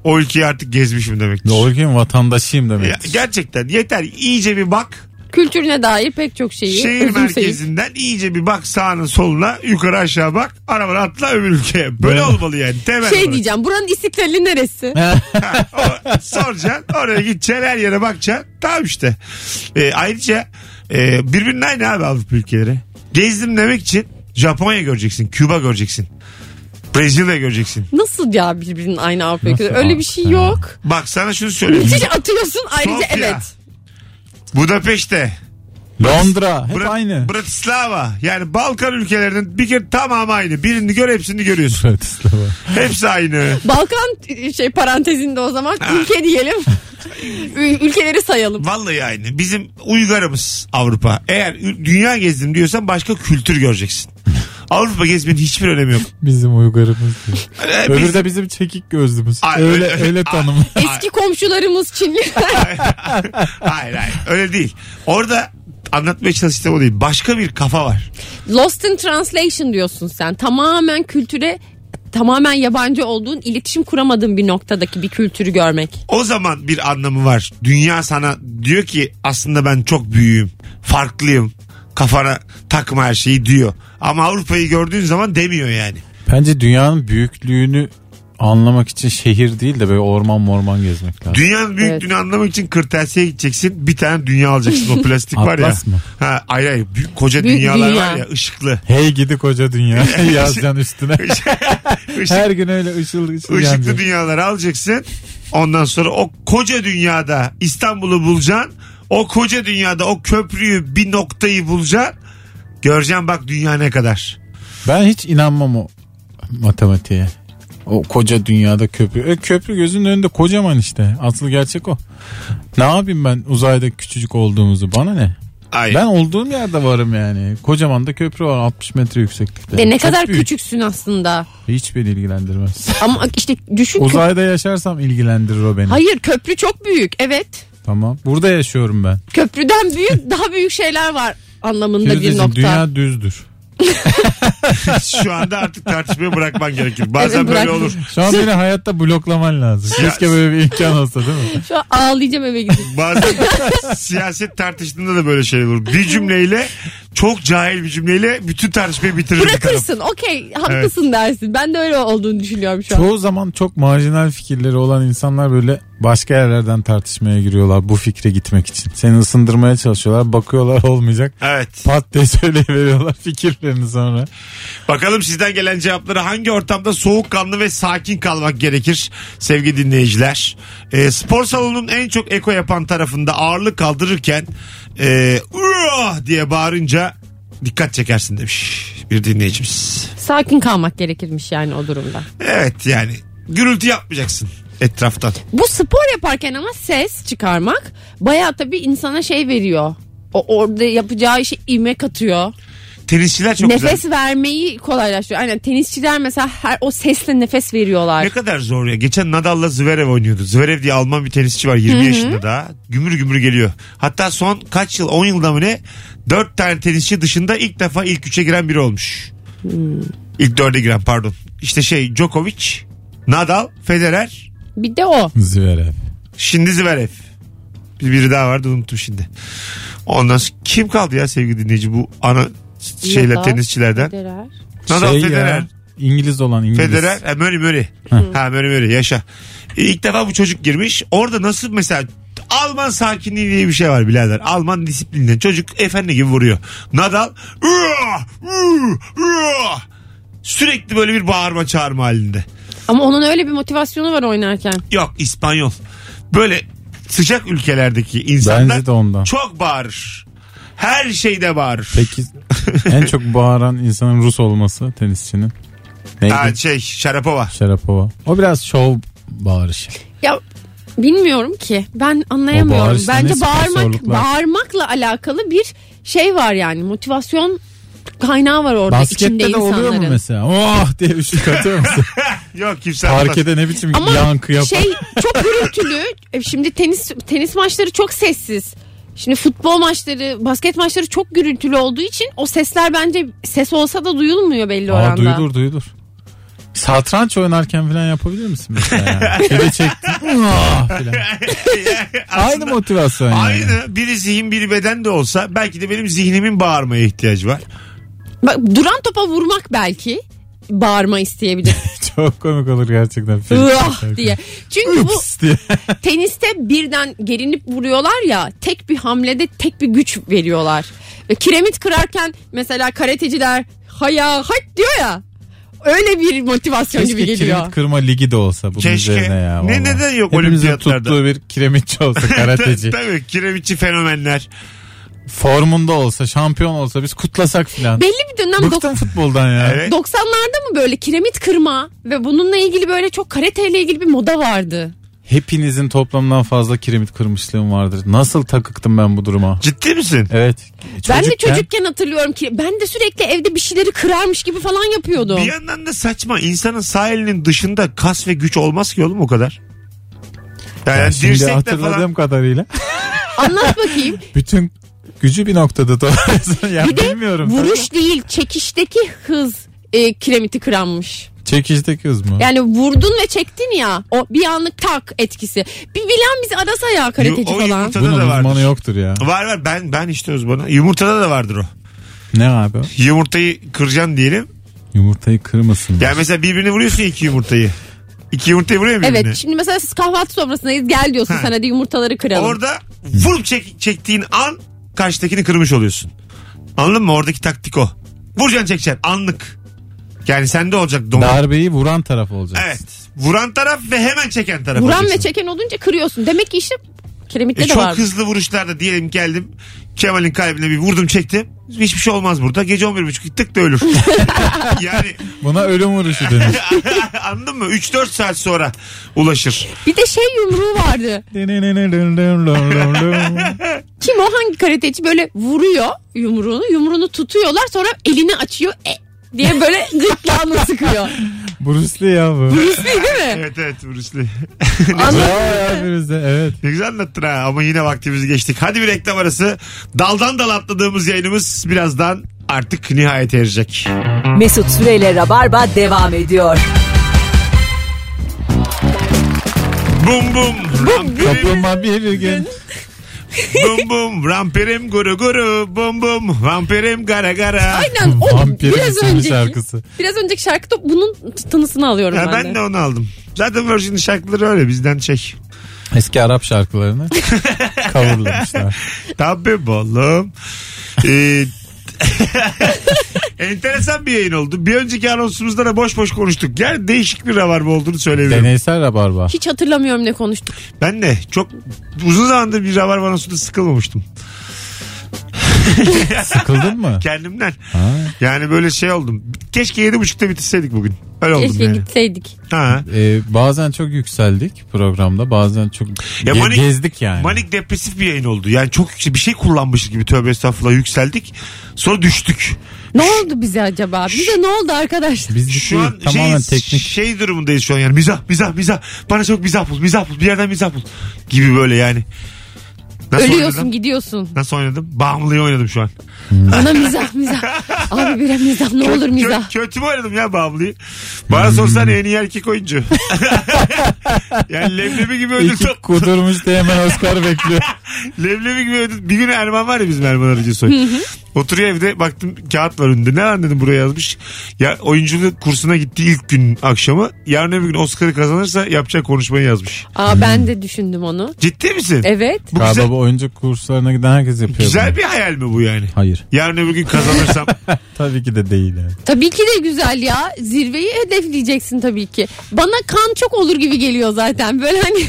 [SPEAKER 2] o ülkeyi artık gezmişim demektir.
[SPEAKER 3] o ülkenin vatandaşıyım
[SPEAKER 2] Ya,
[SPEAKER 3] demek.
[SPEAKER 2] gerçekten yeter iyice bir bak
[SPEAKER 4] Kültürüne dair pek çok şeyi
[SPEAKER 2] Şehir
[SPEAKER 4] özümseyip.
[SPEAKER 2] merkezinden iyice bir bak sağına soluna yukarı aşağı bak arabana atla öbür ülkeye. Böyle
[SPEAKER 3] Evet.
[SPEAKER 2] olmalı yani temel
[SPEAKER 4] Şey
[SPEAKER 2] olarak.
[SPEAKER 4] diyeceğim buranın istiklali neresi?
[SPEAKER 2] Ha, o- soracaksın oraya gideceksin her yere bakacaksın tamam işte. Ee, ayrıca e, birbirinin aynı abi Avrupa ülkeleri. Gezdim demek için Japonya göreceksin, Küba göreceksin. Brezilya göreceksin.
[SPEAKER 4] Nasıl ya birbirinin aynı Avrupa ülkeleri?
[SPEAKER 3] Nasıl
[SPEAKER 4] Öyle bir şey
[SPEAKER 3] Avrupa ya?
[SPEAKER 4] yok.
[SPEAKER 2] Bak sana şunu söyleyeyim.
[SPEAKER 4] Müthiş atıyorsun ayrıca
[SPEAKER 2] Sofya.
[SPEAKER 4] evet.
[SPEAKER 2] Budapeşte,
[SPEAKER 3] Londra hep
[SPEAKER 2] Bra-
[SPEAKER 3] aynı.
[SPEAKER 2] Bratislava yani Balkan ülkelerinin bir kere tamamı aynı. Birini gör hepsini
[SPEAKER 3] [laughs]
[SPEAKER 2] görüyorsun.
[SPEAKER 3] Bratislava.
[SPEAKER 2] Hepsi aynı.
[SPEAKER 4] Balkan e, şey parantezinde o zaman
[SPEAKER 2] [laughs]
[SPEAKER 4] ülke diyelim. Ül- Ülkeleri sayalım.
[SPEAKER 2] Vallahi aynı. Bizim uygarımız Avrupa. Eğer ü- dünya gezdim diyorsan başka kültür göreceksin. Avrupa gezmenin hiçbir önemi yok.
[SPEAKER 3] Bizim uygarımız
[SPEAKER 2] [laughs]
[SPEAKER 3] diyor.
[SPEAKER 2] Ee,
[SPEAKER 3] Öbürü
[SPEAKER 2] biz-
[SPEAKER 3] de bizim çekik gözlümüz.
[SPEAKER 2] Ay,
[SPEAKER 3] öyle
[SPEAKER 2] öyle-
[SPEAKER 3] öyle tanım.
[SPEAKER 4] Eski komşularımız Çinliler.
[SPEAKER 2] hayır hayır öyle değil. Orada anlatmaya çalıştığım o değil. Başka bir kafa var.
[SPEAKER 4] Lost in translation diyorsun sen. Tamamen kültüre tamamen yabancı olduğun, iletişim kuramadığın bir noktadaki bir kültürü görmek.
[SPEAKER 2] O zaman bir anlamı var. Dünya sana diyor ki aslında ben çok büyüğüm. Farklıyım. Kafana takma her şeyi diyor. Ama Avrupa'yı gördüğün zaman demiyor yani.
[SPEAKER 3] Bence dünyanın büyüklüğünü anlamak için şehir değil de böyle orman morman gezmek lazım.
[SPEAKER 2] Dünyanın büyüklüğünü anlamak için kırtasiyeye gideceksin. Bir tane dünya alacaksın. O plastik var ya.
[SPEAKER 3] Atlas mı?
[SPEAKER 2] Ha, hayır hayır. Büyük, koca
[SPEAKER 4] Büyük
[SPEAKER 2] dünyalar
[SPEAKER 4] dünya.
[SPEAKER 2] var ya
[SPEAKER 3] [laughs]
[SPEAKER 2] ışıklı.
[SPEAKER 3] hey gidi
[SPEAKER 2] [laughs]
[SPEAKER 3] koca dünya yazacaksın üstüne. Her gün öyle ışıl ışıl
[SPEAKER 2] Işıklı
[SPEAKER 3] yanacak.
[SPEAKER 2] dünyaları alacaksın. Ondan sonra o koca dünyada İstanbul'u bulacaksın. O koca dünyada o köprüyü bir noktayı bulacaksın. Göreceğim bak dünya ne kadar.
[SPEAKER 3] Ben hiç inanmam o matematiğe. O koca dünyada köprü. E, köprü gözünün önünde kocaman işte. Asıl gerçek o. Ne yapayım ben uzayda küçücük olduğumuzu bana ne?
[SPEAKER 2] Ay.
[SPEAKER 3] Ben olduğum yerde varım yani. Kocaman da köprü var 60 metre yükseklikte.
[SPEAKER 4] De E, ne
[SPEAKER 3] Çok
[SPEAKER 4] kadar
[SPEAKER 3] büyük.
[SPEAKER 4] küçüksün aslında.
[SPEAKER 3] Hiç beni
[SPEAKER 4] [laughs]
[SPEAKER 3] ilgilendirmez.
[SPEAKER 4] Ama işte düşün. kö-
[SPEAKER 3] Uzayda yaşarsam ilgilendirir o beni.
[SPEAKER 4] Hayır köprü çok büyük. Evet.
[SPEAKER 3] Tamam. Burada yaşıyorum ben.
[SPEAKER 4] Köprüden
[SPEAKER 3] [laughs]
[SPEAKER 4] büyük daha büyük şeyler var anlamında bir
[SPEAKER 3] Firuze'cim,
[SPEAKER 4] nokta.
[SPEAKER 3] dünya düzdür.
[SPEAKER 2] [laughs] Şu anda artık tartışmayı bırakman gerekir. Bazen
[SPEAKER 4] Evet,
[SPEAKER 2] böyle
[SPEAKER 4] bırak.
[SPEAKER 2] olur.
[SPEAKER 3] Şu an beni hayatta bloklaman lazım. Keşke böyle bir imkan olsa değil mi?
[SPEAKER 4] Şu an ağlayacağım
[SPEAKER 3] [laughs]
[SPEAKER 4] eve gidip. [laughs]
[SPEAKER 2] Bazen siyaset tartıştığında da böyle şey olur. Bir cümleyle çok cahil bir cümleyle bütün tartışmayı bitirir. bir taraf.
[SPEAKER 4] Bırakırsın okey haklısın dersin. Ben de öyle olduğunu düşünüyorum şu an.
[SPEAKER 3] Çoğu zaman çok marjinal fikirleri olan insanlar böyle başka yerlerden tartışmaya giriyorlar bu fikre gitmek için. Seni ısındırmaya çalışıyorlar. Bakıyorlar olmayacak.
[SPEAKER 2] Evet.
[SPEAKER 3] Pat diye [laughs] söyleyiveriyorlar fikirlerini sonra.
[SPEAKER 2] Bakalım sizden gelen cevapları hangi ortamda soğukkanlı ve sakin kalmak gerekir sevgili dinleyiciler. Ee, spor salonunun en çok eko yapan tarafında ağırlık kaldırırken e, "Uah!" diye bağırınca dikkat çekersin demiş bir dinleyicimiz.
[SPEAKER 4] Sakin kalmak gerekirmiş yani o durumda.
[SPEAKER 2] Evet yani gürültü yapmayacaksın etraftan.
[SPEAKER 4] Bu spor yaparken ama ses çıkarmak bayağı tabii insana şey veriyor. O orada yapacağı işe ivmek atıyor.
[SPEAKER 2] Tenisçiler çok
[SPEAKER 4] nefes
[SPEAKER 2] güzel.
[SPEAKER 4] vermeyi kolaylaştırıyor. Aynen tenisçiler mesela her o sesle nefes veriyorlar.
[SPEAKER 2] Ne kadar zor ya. Geçen Nadal'la Zverev oynuyordu. Zverev diye Alman bir tenisçi var 20 yaşında daha. Gümür gümür geliyor. Hatta son kaç yıl 10 yılda mı ne 4 tane tenisçi dışında ilk defa ilk 3'e giren biri olmuş. İlk 4'e giren pardon. İşte şey Djokovic, Nadal, Federer,
[SPEAKER 4] Bir de o.
[SPEAKER 3] Zverev.
[SPEAKER 2] şimdi Zverev. Bir biri daha vardı unuttum şimdi. Ondan sonra kim kaldı ya sevgili dinleyici bu ana şeyler
[SPEAKER 4] Nadal,
[SPEAKER 2] tenisçilerden?
[SPEAKER 4] Federer.
[SPEAKER 2] Nadal,
[SPEAKER 3] Şey ya,
[SPEAKER 2] Federer.
[SPEAKER 3] İngiliz olan İngiliz.
[SPEAKER 2] Federer, e, Murray Murray. ha Murray Murray yaşa. E, İlk defa bu çocuk girmiş. Orada nasıl mesela Alman sakinliği diye bir şey var birader. Alman disiplininden çocuk efendi gibi vuruyor. Nadal "Uah, uah, uah." sürekli böyle bir bağırma çağırma halinde.
[SPEAKER 4] Ama onun öyle bir motivasyonu var oynarken.
[SPEAKER 2] Yok İspanyol. Böyle sıcak ülkelerdeki
[SPEAKER 3] Bence
[SPEAKER 2] insanlar
[SPEAKER 3] de ondan.
[SPEAKER 2] çok bağırır. Her şeyde bağırır. [laughs]
[SPEAKER 3] Peki en çok bağıran insanın Rus olması tenisçinin. Neydi?
[SPEAKER 2] Ha, şey Şarapova.
[SPEAKER 3] Şarapova. O biraz şov bağırışı.
[SPEAKER 4] Ya bilmiyorum ki. Ben
[SPEAKER 3] O
[SPEAKER 4] anlayamıyorum.
[SPEAKER 3] bağırışta ne
[SPEAKER 4] Bence bağırmak
[SPEAKER 3] sponsorluklar?
[SPEAKER 4] bağırmakla alakalı bir şey var yani. Motivasyon kaynağı var orada içinde
[SPEAKER 3] Baskette de
[SPEAKER 4] insanların.
[SPEAKER 3] oluyor mu mesela? Oh diye üşük atıyor musun?
[SPEAKER 2] [laughs] Yok kimse anlamaz.
[SPEAKER 3] Parkede ne biçim
[SPEAKER 4] Ama
[SPEAKER 3] yankı yapar?
[SPEAKER 4] şey çok
[SPEAKER 3] [laughs]
[SPEAKER 4] gürültülü. E, Şimdi tenis tenis maçları çok sessiz. Şimdi futbol maçları, basket maçları çok gürültülü olduğu için o sesler bence ses olsa da duyulmuyor belli
[SPEAKER 3] Aa,
[SPEAKER 4] oranda.
[SPEAKER 3] duyulur duyulur. Satranç oynarken falan yapabilir misin mesela? Yani? Şöyle çektin. "Uah!" falan. Aynı motivasyon yani.
[SPEAKER 2] Aynı biri zihin biri beden de olsa belki de benim zihnimin bağırmaya ihtiyacı var.
[SPEAKER 4] Bak duran topa vurmak belki
[SPEAKER 3] [laughs]
[SPEAKER 4] bağırma isteyebilir.
[SPEAKER 3] [laughs] Çok komik olur gerçekten.
[SPEAKER 4] Uah Ah diye. Çünkü bu
[SPEAKER 3] Ups diye.
[SPEAKER 4] teniste birden gerinip vuruyorlar ya tek bir hamlede tek bir güç veriyorlar. Ve kiremit kırarken mesela karateciler haya hat diyor ya. Öyle bir motivasyon gibi
[SPEAKER 3] Keşke
[SPEAKER 4] geliyor.
[SPEAKER 3] kiremit kırma ligi de olsa bunun
[SPEAKER 2] Keşke.
[SPEAKER 3] üzerine ya.
[SPEAKER 2] Ne-
[SPEAKER 3] vallahi.
[SPEAKER 2] neden yok
[SPEAKER 3] Hepimizin
[SPEAKER 2] olimpiyatlarda?
[SPEAKER 3] tuttuğu bir
[SPEAKER 2] [laughs]
[SPEAKER 3] kiremitçi olsa karateci.
[SPEAKER 2] Tabii kiremitçi fenomenler.
[SPEAKER 3] Formunda olsa şampiyon olsa biz kutlasak filan.
[SPEAKER 4] Belli bir dönem dok-
[SPEAKER 3] Bıktım futboldan ya.
[SPEAKER 2] Evet.
[SPEAKER 4] 90'larda mı böyle kiremit kırma ve bununla ilgili böyle çok karateyle ilgili bir moda vardı.
[SPEAKER 3] Hepinizin toplamından fazla kiremit kırmışlığım vardır. Nasıl takıktım ben bu duruma?
[SPEAKER 2] Ciddi misin?
[SPEAKER 3] Evet.
[SPEAKER 4] ben de
[SPEAKER 3] Çocukken-
[SPEAKER 4] çocukken hatırlıyorum ki ben de sürekli evde bir şeyleri kırarmış gibi falan yapıyordum.
[SPEAKER 2] Bir yandan da saçma. İnsanın sağ elinin dışında kas ve güç olmaz ki oğlum o kadar. Yani
[SPEAKER 3] Ya şimdi
[SPEAKER 2] dirsekte
[SPEAKER 3] hatırladığım
[SPEAKER 2] falan.
[SPEAKER 3] kadarıyla
[SPEAKER 2] [laughs]
[SPEAKER 4] Anlat bakayım.
[SPEAKER 3] bütün gücü bir noktada topluyorsun. ya
[SPEAKER 4] Bir de
[SPEAKER 3] bilmiyorum.
[SPEAKER 4] Vuruş değil çekişteki hız e, kiremiti kıranmış.
[SPEAKER 3] Çekişteki hız mı?
[SPEAKER 4] Yani vurdun ve çektin ya o bir anlık tak etkisi. Bir bilen bizi arasa ya karateci
[SPEAKER 2] Yo, o
[SPEAKER 4] falan.
[SPEAKER 2] yumurtada
[SPEAKER 3] Bunun
[SPEAKER 2] da
[SPEAKER 3] uzmanı
[SPEAKER 2] vardır.
[SPEAKER 3] yoktur ya.
[SPEAKER 2] Var var ben ben işte uzmanı. Yumurtada da vardır o.
[SPEAKER 3] Ne abi? o?
[SPEAKER 2] Yumurtayı kıracaksın diyelim.
[SPEAKER 3] Yumurtayı kırmasın.
[SPEAKER 2] Yani mesela birbirini vuruyorsun ya iki yumurtayı. İki yumurtayı vuruyor birbirine.
[SPEAKER 4] Evet şimdi mesela siz kahvaltı sofrasındayız gel diyorsun
[SPEAKER 2] Ha.
[SPEAKER 4] sana de yumurtaları kıralım.
[SPEAKER 2] Orada vurup çek- çektiğin an karşıdakini kırmış oluyorsun. Anladın mı? Oradaki taktik o. Vuracaksın çekeceksin anlık. Yani sende olacak domuz.
[SPEAKER 3] Darbeyi vuran taraf olacak.
[SPEAKER 2] Evet. Vuran taraf ve hemen çeken taraf
[SPEAKER 4] Vuran
[SPEAKER 2] olacaksın.
[SPEAKER 4] ve çeken olunca kırıyorsun. Demek ki işte kiremitte
[SPEAKER 2] E
[SPEAKER 4] de
[SPEAKER 2] çok
[SPEAKER 4] var.
[SPEAKER 2] hızlı vuruşlarda diyelim geldim. Kemal'in kalbine bir vurdum çektim. Hiçbir şey olmaz burada. Gece 11.30 tık da ölür. [laughs] yani
[SPEAKER 3] Buna ölüm vuruşu [laughs] denir.
[SPEAKER 2] anladın mı? 3-4 saat sonra ulaşır.
[SPEAKER 4] Bir de şey yumruğu vardı. Kim o hangi karateci böyle vuruyor yumruğunu. Yumruğunu tutuyorlar sonra elini açıyor. E, diye böyle [laughs] gırtlağını sıkıyor.
[SPEAKER 3] Bruce Lee ya bu.
[SPEAKER 4] Bruce Lee değil mi?
[SPEAKER 2] Evet evet Bruce Lee.
[SPEAKER 4] Anladın
[SPEAKER 3] Bravo ya Bruce Lee, Evet.
[SPEAKER 2] Ne güzel anlattın ha ama yine vaktimizi geçtik. Hadi bir reklam arası. Daldan dala atladığımız yayınımız birazdan artık nihayet erecek.
[SPEAKER 1] Mesut Süreyle Rabarba devam ediyor.
[SPEAKER 2] Bum bum. Rampirim,
[SPEAKER 3] Kaplumbağa bir gün.
[SPEAKER 2] bum bum. Rampirim guru guru. Bum bum. Rampirim gara gara.
[SPEAKER 4] Aynen o
[SPEAKER 3] Vampirin
[SPEAKER 4] biraz
[SPEAKER 3] isimli
[SPEAKER 4] önceki.
[SPEAKER 3] şarkısı.
[SPEAKER 4] Biraz önceki şarkıda bunun tınısını alıyorum
[SPEAKER 2] Ha,
[SPEAKER 4] ben,
[SPEAKER 2] ben de onu aldım. Zaten Virgin şarkıları öyle bizden çek.
[SPEAKER 3] Eski Arap [laughs] şarkılarını coverlamışlar.
[SPEAKER 2] Tabii oğlum. Ee, [laughs] enteresan bir yayın oldu. Bir önceki anonsumuzda da boş boş konuştuk. Yani değişik bir rabarba olduğunu söyleyebilirim.
[SPEAKER 3] Deneysel rabarba.
[SPEAKER 4] Hiç hatırlamıyorum ne konuştuk.
[SPEAKER 2] Ben de çok uzun zamandır bir rabarba anonsunda sıkılmamıştım.
[SPEAKER 3] Sıkıldın [laughs] mı?
[SPEAKER 2] Kendimden.
[SPEAKER 3] Ha.
[SPEAKER 2] Yani böyle şey oldum. Keşke yedi buçukta bitirseydik bugün. Öyle oldum
[SPEAKER 4] Keşke
[SPEAKER 2] yani.
[SPEAKER 4] gitseydik.
[SPEAKER 2] Ha.
[SPEAKER 3] Ee, bazen çok yükseldik programda bazen çok
[SPEAKER 2] Ya
[SPEAKER 3] ge-
[SPEAKER 2] manik-
[SPEAKER 3] gezdik yani.
[SPEAKER 2] Manik depresif bir yayın oldu. Yani çok yüksek- bir şey kullanmışız gibi tövbe estağfurullah yükseldik. Sonra düştük.
[SPEAKER 4] Ne oldu bize acaba? Bize ne oldu arkadaş?
[SPEAKER 3] Biz
[SPEAKER 2] Şu an
[SPEAKER 3] tamamen
[SPEAKER 2] şey,
[SPEAKER 3] teknik
[SPEAKER 2] şey durumundayız şu an yani mizah mizah mizah bana çok mizah bul mizah bul bir yerden mizah bul gibi böyle yani. Nasıl
[SPEAKER 4] Ölüyorsun
[SPEAKER 2] oynadım?
[SPEAKER 4] gidiyorsun.
[SPEAKER 2] Nasıl oynadım? Bağımlıyı oynadım şu an.
[SPEAKER 4] Bana mizah mizah. Abi birer mizah ne olur
[SPEAKER 2] Kö-
[SPEAKER 4] mizah. Hmm.
[SPEAKER 2] kötü mü oynadım ya Bağımlıyı? Bana sorsan en iyi erkek oyuncu. [laughs] yani leblebi gibi ödül
[SPEAKER 3] iki
[SPEAKER 2] top.
[SPEAKER 3] kudurmuş diye hemen [laughs] Oscar bekliyor.
[SPEAKER 2] Leblebi gibi ödül. Bir gün Erman var ya bizim Erman Arıcısoy. Oturuyor evde baktım kağıt var önünde. Ne var dedim buraya yazmış. Ya oyunculuk kursuna gitti ilk gün akşamı. Yarın öbür gün Oscar'ı kazanırsa yapacak konuşmayı yazmış.
[SPEAKER 4] Aa ben de düşündüm onu.
[SPEAKER 2] Ciddi misin?
[SPEAKER 4] Evet.
[SPEAKER 2] Bu
[SPEAKER 3] Galiba
[SPEAKER 2] güzel,
[SPEAKER 3] bu oyuncu kurslarına giden herkes şey yapıyor.
[SPEAKER 2] güzel
[SPEAKER 3] bunu.
[SPEAKER 2] bir hayal mi bu yani?
[SPEAKER 3] Hayır.
[SPEAKER 2] Yarın öbür gün
[SPEAKER 4] [laughs]
[SPEAKER 2] kazanırsam.
[SPEAKER 3] Tabii ki de değil. yani.
[SPEAKER 4] Tabii ki de güzel ya. Zirveyi hedefleyeceksin tabii ki. Bana kan çok olur gibi geliyor zaten. Böyle hani, [laughs]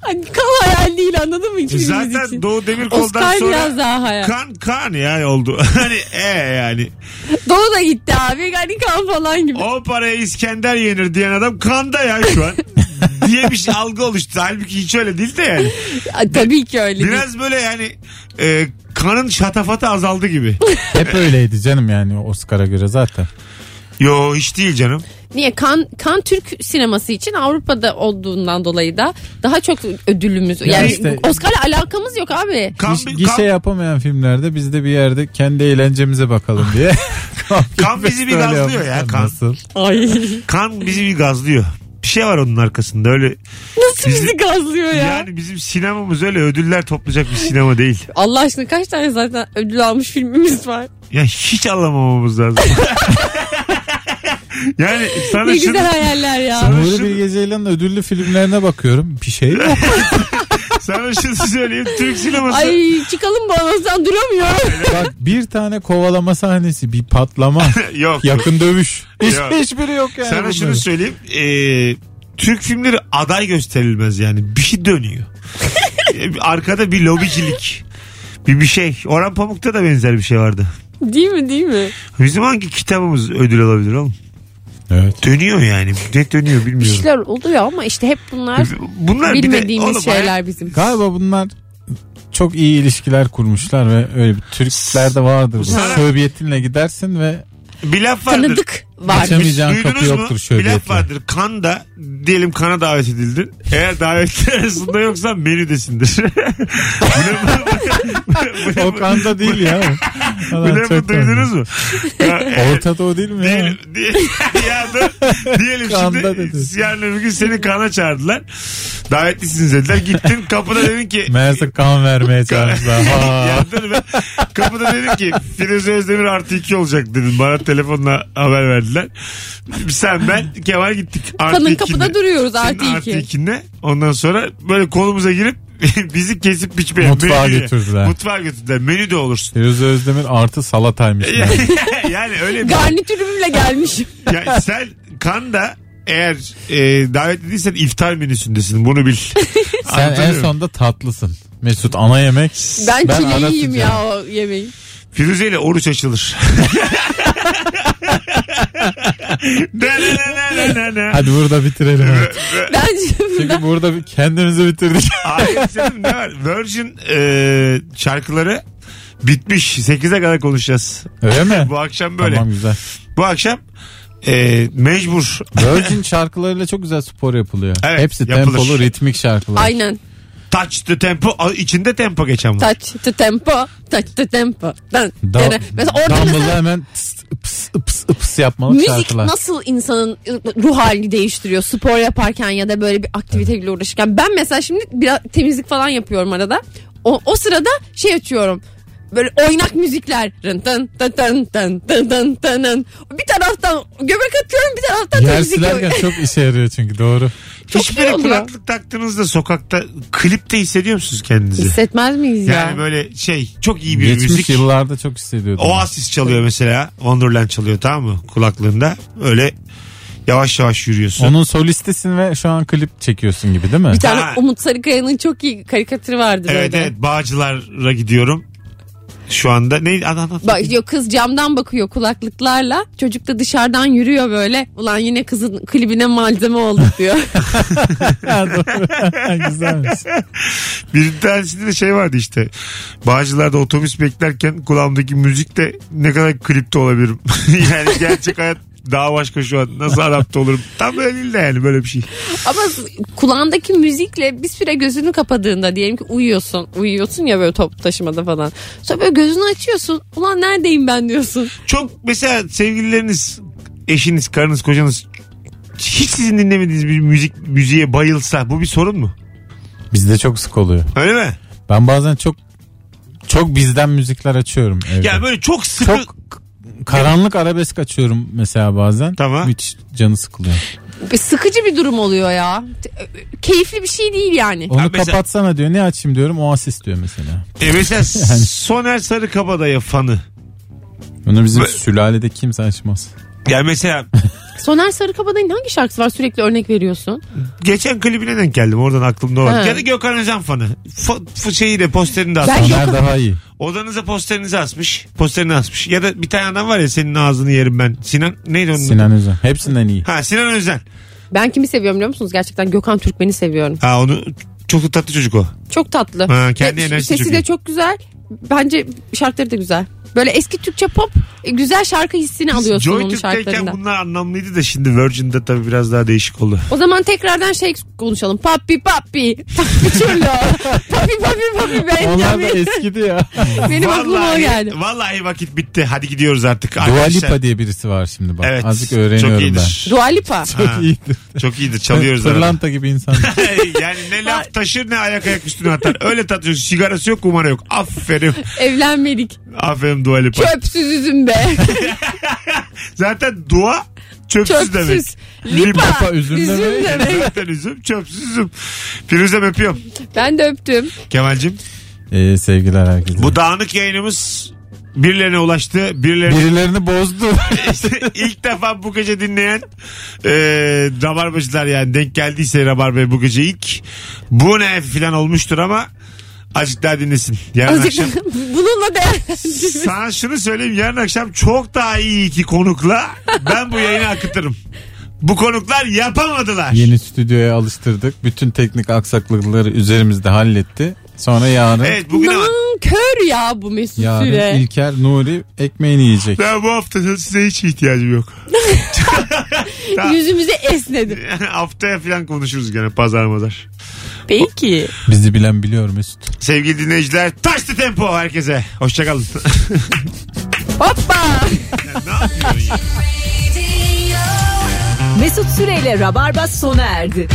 [SPEAKER 4] hani kan hayal değil anladın mı hiçbirimiz için?
[SPEAKER 2] E Zaten Doğu Demirkol'dan
[SPEAKER 4] Oscar biraz
[SPEAKER 2] sonra
[SPEAKER 4] daha hayal.
[SPEAKER 2] kan kan yani oldu. [laughs] hani e yani.
[SPEAKER 4] Doğu da gitti abi. Hani kan falan gibi.
[SPEAKER 2] O paraya İskender yenir diyen adam kanda ya şu
[SPEAKER 4] [laughs]
[SPEAKER 2] an. diye bir şey algı oluştu. Halbuki hiç öyle değil de
[SPEAKER 4] [laughs]
[SPEAKER 2] yani.
[SPEAKER 4] Aa, tabii ki öyle değil.
[SPEAKER 2] Biraz böyle yani e, kanın şatafatı azaldı gibi.
[SPEAKER 3] Hep öyleydi canım yani Oscar'a göre zaten.
[SPEAKER 2] Yo hiç değil canım.
[SPEAKER 4] Niye kan kan Türk sineması için Avrupa'da olduğundan dolayı da daha çok ödülümüz yani,
[SPEAKER 3] işte-
[SPEAKER 4] Oscar'la alakamız yok abi.
[SPEAKER 2] Kan,
[SPEAKER 3] Giş- gişe yapamayan filmlerde biz de bir yerde kendi eğlencemize bakalım
[SPEAKER 2] [laughs]
[SPEAKER 3] diye.
[SPEAKER 2] Kan bizi bir
[SPEAKER 3] Öyle
[SPEAKER 2] gazlıyor ya,
[SPEAKER 3] yapmışlar.
[SPEAKER 2] kan.
[SPEAKER 3] Nasıl?
[SPEAKER 4] Ay
[SPEAKER 2] kan bizi bir gazlıyor. Bir şey var onun arkasında öyle.
[SPEAKER 4] [laughs] nasıl bizi
[SPEAKER 2] Bizim-
[SPEAKER 4] gazlıyor ya.
[SPEAKER 2] Yani bizim sinemamız öyle ödüller toplayacak bir sinema değil.
[SPEAKER 4] Allah aşkına kaç tane zaten ödül almış filmimiz var.
[SPEAKER 2] Ya hiç anlamamamız
[SPEAKER 4] [laughs]
[SPEAKER 2] lazım. yani sana
[SPEAKER 4] Ne
[SPEAKER 2] şunu,
[SPEAKER 4] güzel hayaller ya.
[SPEAKER 3] Nuri
[SPEAKER 2] şunu-
[SPEAKER 3] Bilge Ceylan'ın ödüllü filmlerine bakıyorum. Bir şey
[SPEAKER 2] [laughs]
[SPEAKER 3] yok.
[SPEAKER 2] sana şunu söyleyeyim. Türk sineması.
[SPEAKER 4] Ay çıkalım bağlansan duramıyor.
[SPEAKER 3] Bak bir tane kovalama sahnesi bir patlama.
[SPEAKER 2] Yok. [laughs]
[SPEAKER 3] Yakın dövüş. Hiç,
[SPEAKER 2] Yok.
[SPEAKER 3] hiçbiri yok yani.
[SPEAKER 2] Sana şunu
[SPEAKER 3] bunların.
[SPEAKER 2] söyleyeyim. Ee, Türk filmleri aday gösterilmez yani. Bir şey
[SPEAKER 4] [laughs]
[SPEAKER 2] dönüyor. Ee, Arkada bir lobicilik. Bir bir şey. Orhan Pamuk'ta da benzer bir şey vardı.
[SPEAKER 4] değil mi değil mi?
[SPEAKER 2] Bizim hangi kitabımız ödül alabilir oğlum?
[SPEAKER 3] Evet.
[SPEAKER 2] Dönüyor yani. Ne dönüyor
[SPEAKER 4] Bir
[SPEAKER 2] bilmiyorum. E,
[SPEAKER 4] şeyler oluyor ama işte hep bunlar
[SPEAKER 2] Bunlar bir de,
[SPEAKER 4] bilmediğimiz
[SPEAKER 2] oğlum,
[SPEAKER 4] şeyler bizim.
[SPEAKER 3] Galiba bunlar çok iyi ilişkiler kurmuşlar ve öyle bir Türklerde vardır bu.
[SPEAKER 2] Sana-
[SPEAKER 3] Sövbiyetinle gidersin ve
[SPEAKER 2] Bir laf vardır.
[SPEAKER 4] Tanıdık var.
[SPEAKER 3] açamayacağın kapı
[SPEAKER 2] Duydunuz
[SPEAKER 3] yoktur
[SPEAKER 2] mu? Bir laf
[SPEAKER 3] şöbiyetle.
[SPEAKER 2] vardır. Kan da diyelim kana davet edildin. Eğer davetler [laughs] arasında yoksan menüdesindir. [laughs]
[SPEAKER 3] O kanda değil ya. Bu
[SPEAKER 2] Bu lafı
[SPEAKER 3] çok
[SPEAKER 2] duydunuz mu? Ya, eğer-
[SPEAKER 3] Orta Doğu değil mi? ya?
[SPEAKER 2] Diyelim, diyelim, [laughs] ya dur. diyelim
[SPEAKER 3] Kanda
[SPEAKER 2] şimdi
[SPEAKER 3] dedi.
[SPEAKER 2] yarın öbür gün seni kana çağırdılar. Davetlisiniz dediler. Gittin kapıda dedin ki
[SPEAKER 3] Meğerse kan vermeye çağırmışlar. Ha.
[SPEAKER 2] ya dur be. Kapıda dedim ki Firuze Özdemir artı iki olacak dedim. Bana telefonla haber verdiler. Sen ben Kemal gittik. Artı
[SPEAKER 4] Kanın
[SPEAKER 2] ikinde.
[SPEAKER 4] kapıda duruyoruz
[SPEAKER 2] Senin
[SPEAKER 4] artı
[SPEAKER 2] Artı
[SPEAKER 4] iki.
[SPEAKER 2] ikinde. Ondan sonra böyle kolumuza girip [laughs] bizi kesip biçmeye.
[SPEAKER 3] Mutfağa
[SPEAKER 2] menüye-
[SPEAKER 3] götürdüler.
[SPEAKER 2] Mutfağa götürdüler. Menü de olursun. [laughs]
[SPEAKER 3] Firuze Özdemir artı salataymış. meğer.
[SPEAKER 2] yani öyle bir [laughs]
[SPEAKER 4] Garnitürümle gelmişim.
[SPEAKER 2] Ya sen kan da eğer e, davetliysen iftar menüsündesin bunu bil.
[SPEAKER 3] Sen en
[SPEAKER 2] Anlatabiliyor muyum?
[SPEAKER 3] sonda tatlısın. Mesut ana yemek.
[SPEAKER 4] Ben,
[SPEAKER 3] Ben
[SPEAKER 4] çileği
[SPEAKER 3] ana
[SPEAKER 4] yiyeyim
[SPEAKER 3] sıcağı.
[SPEAKER 4] ya o yemeği.
[SPEAKER 2] Firuze ile oruç açılır. [laughs] Na, na, na, na, na, na, na.
[SPEAKER 3] Hadi burada bitirelim. artık.
[SPEAKER 4] Ben şimdi
[SPEAKER 3] Çünkü burada bir kendimizi bitirdik.
[SPEAKER 2] Hayır canım ne var? Virgin e, şarkıları bitmiş. 8'e kadar konuşacağız.
[SPEAKER 3] Öyle mi?
[SPEAKER 2] Bu akşam [laughs] böyle.
[SPEAKER 3] Tamam güzel.
[SPEAKER 2] Bu akşam e, mecbur.
[SPEAKER 3] Virgin şarkılarıyla çok güzel spor yapılıyor.
[SPEAKER 2] Evet,
[SPEAKER 3] Hepsi
[SPEAKER 2] yapılır.
[SPEAKER 3] tempolu ritmik şarkılar.
[SPEAKER 4] [laughs] aynen.
[SPEAKER 2] Touch the tempo. A, içinde tempo geçen var.
[SPEAKER 4] Touch the tempo. Touch the tempo. Dan-
[SPEAKER 3] Da-
[SPEAKER 4] dene. mesela orada
[SPEAKER 3] Dumble'da
[SPEAKER 4] mesela
[SPEAKER 3] hemen pıs pıs pıs pıs yapmalı
[SPEAKER 4] müzik
[SPEAKER 3] şarkılar.
[SPEAKER 4] nasıl insanın ruh halini değiştiriyor spor yaparken ya da böyle bir aktiviteyle uğraşırken. Ben mesela şimdi biraz temizlik falan yapıyorum arada. O, o sırada şey açıyorum. Böyle oynak müzikler. Rın tın tın tın tın tın tın tın tın. Bir taraftan göbek atıyorum bir taraftan
[SPEAKER 3] Yer
[SPEAKER 4] temizlik
[SPEAKER 3] silerken
[SPEAKER 4] yapıyorum. [laughs]
[SPEAKER 3] çok işe yarıyor çünkü doğru.
[SPEAKER 4] çok iyi
[SPEAKER 2] Hiçbiri
[SPEAKER 4] oluyor.
[SPEAKER 2] kulaklık taktığınızda sokakta klipte hissediyor musunuz kendinizi?
[SPEAKER 4] Hissetmez miyiz ya?
[SPEAKER 2] Yani böyle şey çok iyi bir
[SPEAKER 3] Geçmiş
[SPEAKER 2] müzik.
[SPEAKER 3] yıllarda çok hissediyordum.
[SPEAKER 2] Oasis çalıyor mesela. Wonderland çalıyor tamam mı? Kulaklığında. Öyle yavaş yavaş yürüyorsun.
[SPEAKER 3] Onun solistisin ve şu an klip çekiyorsun gibi değil mi?
[SPEAKER 4] Bir tane
[SPEAKER 2] Ha.
[SPEAKER 4] Umut Sarıkaya'nın çok iyi karikatürü vardı.
[SPEAKER 2] Evet
[SPEAKER 4] böyle.
[SPEAKER 2] evet Bağcılar'a gidiyorum. Şu anda ne ana ana-
[SPEAKER 4] Bak diyor kız camdan bakıyor kulaklıklarla. Çocuk da dışarıdan yürüyor böyle. Ulan yine kızın klibine malzeme olduk diyor.
[SPEAKER 3] Ha, doğru. Güzelmiş.
[SPEAKER 2] Bir tanesinde de şey vardı işte. Bağcılar'da otobüs beklerken kulağımdaki müzik de ne kadar klipte olabilirim. [laughs] yani gerçek hayat daha başka şu an. Nasıl adapte olurum? Tam böyle değil de yani böyle bir şey.
[SPEAKER 4] Ama kulağındaki müzikle bir süre gözünü kapadığında diyelim ki uyuyorsun. Uyuyorsun ya böyle top taşımada falan. Sonra böyle gözünü açıyorsun. Ulan neredeyim ben diyorsun.
[SPEAKER 2] Çok mesela sevgilileriniz, eşiniz, karınız, kocanız hiç sizin dinlemediğiniz bir müzik müziğe bayılsa bu bir sorun mu?
[SPEAKER 3] Bizde çok sık oluyor.
[SPEAKER 2] Öyle mi?
[SPEAKER 3] Ben bazen çok çok bizden müzikler açıyorum evde.
[SPEAKER 2] Ya böyle çok sıkı
[SPEAKER 3] çok karanlık arabesk açıyorum mesela bazen.
[SPEAKER 2] Tamam.
[SPEAKER 3] Hiç canı sıkılıyor.
[SPEAKER 4] Bir E, sıkıcı bir durum oluyor ya. e, Keyifli bir şey değil yani.
[SPEAKER 3] Onu
[SPEAKER 2] Ha, mesela-
[SPEAKER 3] kapatsana diyor. Ne açayım diyorum. Oasis diyor mesela.
[SPEAKER 2] E mesela
[SPEAKER 3] [laughs]
[SPEAKER 2] Soner Sarıkabadayı fanı.
[SPEAKER 3] Bunu bizim
[SPEAKER 2] Ve-
[SPEAKER 3] sülalede
[SPEAKER 2] [laughs]
[SPEAKER 3] kimse açmaz.
[SPEAKER 2] Ya mesela
[SPEAKER 4] Soner Sarıkabadayı'nın hangi şarkısı var sürekli örnek veriyorsun?
[SPEAKER 2] geçen klibine denk geldim oradan aklımda olan.
[SPEAKER 4] Ha.
[SPEAKER 2] Ya da Gökhan Özen fanı. Fa- f- şeyi de posterini de
[SPEAKER 4] Ben
[SPEAKER 2] asmış.
[SPEAKER 3] Soner daha iyi.
[SPEAKER 2] Odanıza posterinizi asmış. Posterini asmış. Ya da bir tane adam var ya senin ağzını yerim ben. Sinan neydi onun? adı?
[SPEAKER 3] Sinan Özen.
[SPEAKER 2] [laughs]
[SPEAKER 3] Hepsinden iyi.
[SPEAKER 2] Ha Sinan Özen.
[SPEAKER 4] Ben kimi seviyorum biliyor musunuz? Gerçekten Gökhan Türkmen'i seviyorum.
[SPEAKER 2] Ha onu çok da tatlı çocuk o.
[SPEAKER 4] Çok tatlı.
[SPEAKER 2] Ha, kendi
[SPEAKER 4] Ve
[SPEAKER 2] enerjisi
[SPEAKER 4] Sesi
[SPEAKER 2] çok iyi.
[SPEAKER 4] de çok güzel. Bence şarkıları da güzel. Böyle eski Türkçe pop e, güzel şarkı hissini alıyorsun
[SPEAKER 2] Joy
[SPEAKER 4] onun
[SPEAKER 2] Türk'teyken
[SPEAKER 4] şarkılarında.
[SPEAKER 2] bunlar anlamlıydı da şimdi Virgin'de tabii biraz daha değişik oldu.
[SPEAKER 4] O zaman tekrardan şey konuşalım. Papi papi.
[SPEAKER 3] [laughs]
[SPEAKER 4] Papi çürlü. papi papi papi.
[SPEAKER 3] Onlar da
[SPEAKER 4] Benjamin.
[SPEAKER 3] eskidi ya.
[SPEAKER 4] Benim aklıma o geldi.
[SPEAKER 2] Vallahi vakit bitti. Hadi gidiyoruz artık. [laughs]
[SPEAKER 3] Dua
[SPEAKER 2] arkadaşlar.
[SPEAKER 3] Lipa diye birisi var şimdi bak.
[SPEAKER 2] Evet.
[SPEAKER 3] Azıcık öğreniyorum
[SPEAKER 2] çok
[SPEAKER 3] ben.
[SPEAKER 2] iyidir.
[SPEAKER 4] Dua Lipa.
[SPEAKER 2] Ha,
[SPEAKER 3] [laughs] Çok iyidir.
[SPEAKER 2] Çok iyidir. Çalıyoruz arada.
[SPEAKER 3] Pırlanta gibi
[SPEAKER 2] [laughs]
[SPEAKER 3] insan.
[SPEAKER 2] yani ne laf taşır ne ayak ayak üstüne atar. Öyle tatlı sigarası yok kumara yok. Aferin.
[SPEAKER 4] Evlenmedik.
[SPEAKER 2] Aferin Dua Lipa.
[SPEAKER 4] Çöpsüz üzüm be.
[SPEAKER 2] Zaten dua çöpsüz, demek.
[SPEAKER 4] Çöpsüz. Lipa.
[SPEAKER 3] Lipa, üzüm
[SPEAKER 4] Üzüm
[SPEAKER 3] demek.
[SPEAKER 4] demek.
[SPEAKER 2] [laughs] Zaten üzüm çöpsüz üzüm. Firuzem öpüyorum.
[SPEAKER 4] Ben de öptüm.
[SPEAKER 2] Kemal'cim
[SPEAKER 3] Ee, sevgiler herkese.
[SPEAKER 2] bu dağınık yayınımız birilerine ulaştı. Birilerine
[SPEAKER 3] Birilerini bozdu.
[SPEAKER 2] ilk defa bu gece dinleyen e, rabarbacılar yani denk geldiyse rabarbaya bu gece ilk bu ne filan olmuştur ama azıcık daha dinlesin. Yarın akşam
[SPEAKER 4] Azıcık [laughs] bununla değerlendirdim.
[SPEAKER 2] Sana şunu söyleyeyim yarın akşam çok daha iyi iki konukla ben bu yayını akıtırım. Bu konuklar yapamadılar.
[SPEAKER 3] Yeni stüdyoya alıştırdık. Bütün teknik aksaklıkları üzerimizde halletti. Sonra yarın
[SPEAKER 2] Evet bugün ama
[SPEAKER 4] Nankör ya bu Mesut
[SPEAKER 3] yarın
[SPEAKER 4] Süre.
[SPEAKER 3] İlker Nuri ekmeğini yiyecek.
[SPEAKER 2] ben bu hafta size hiç ihtiyacım yok.
[SPEAKER 4] Yüzümüze esnedi.
[SPEAKER 2] Haftaya falan konuşuruz gene pazar mazar.
[SPEAKER 4] Peki.
[SPEAKER 3] Bizi bilen biliyor Mesut.
[SPEAKER 2] Sevgili dinleyiciler taştı tempo herkese. Hoşçakalın. [laughs]
[SPEAKER 4] Hoppa.
[SPEAKER 1] Mesut Süreyle Rabarba sona erdi.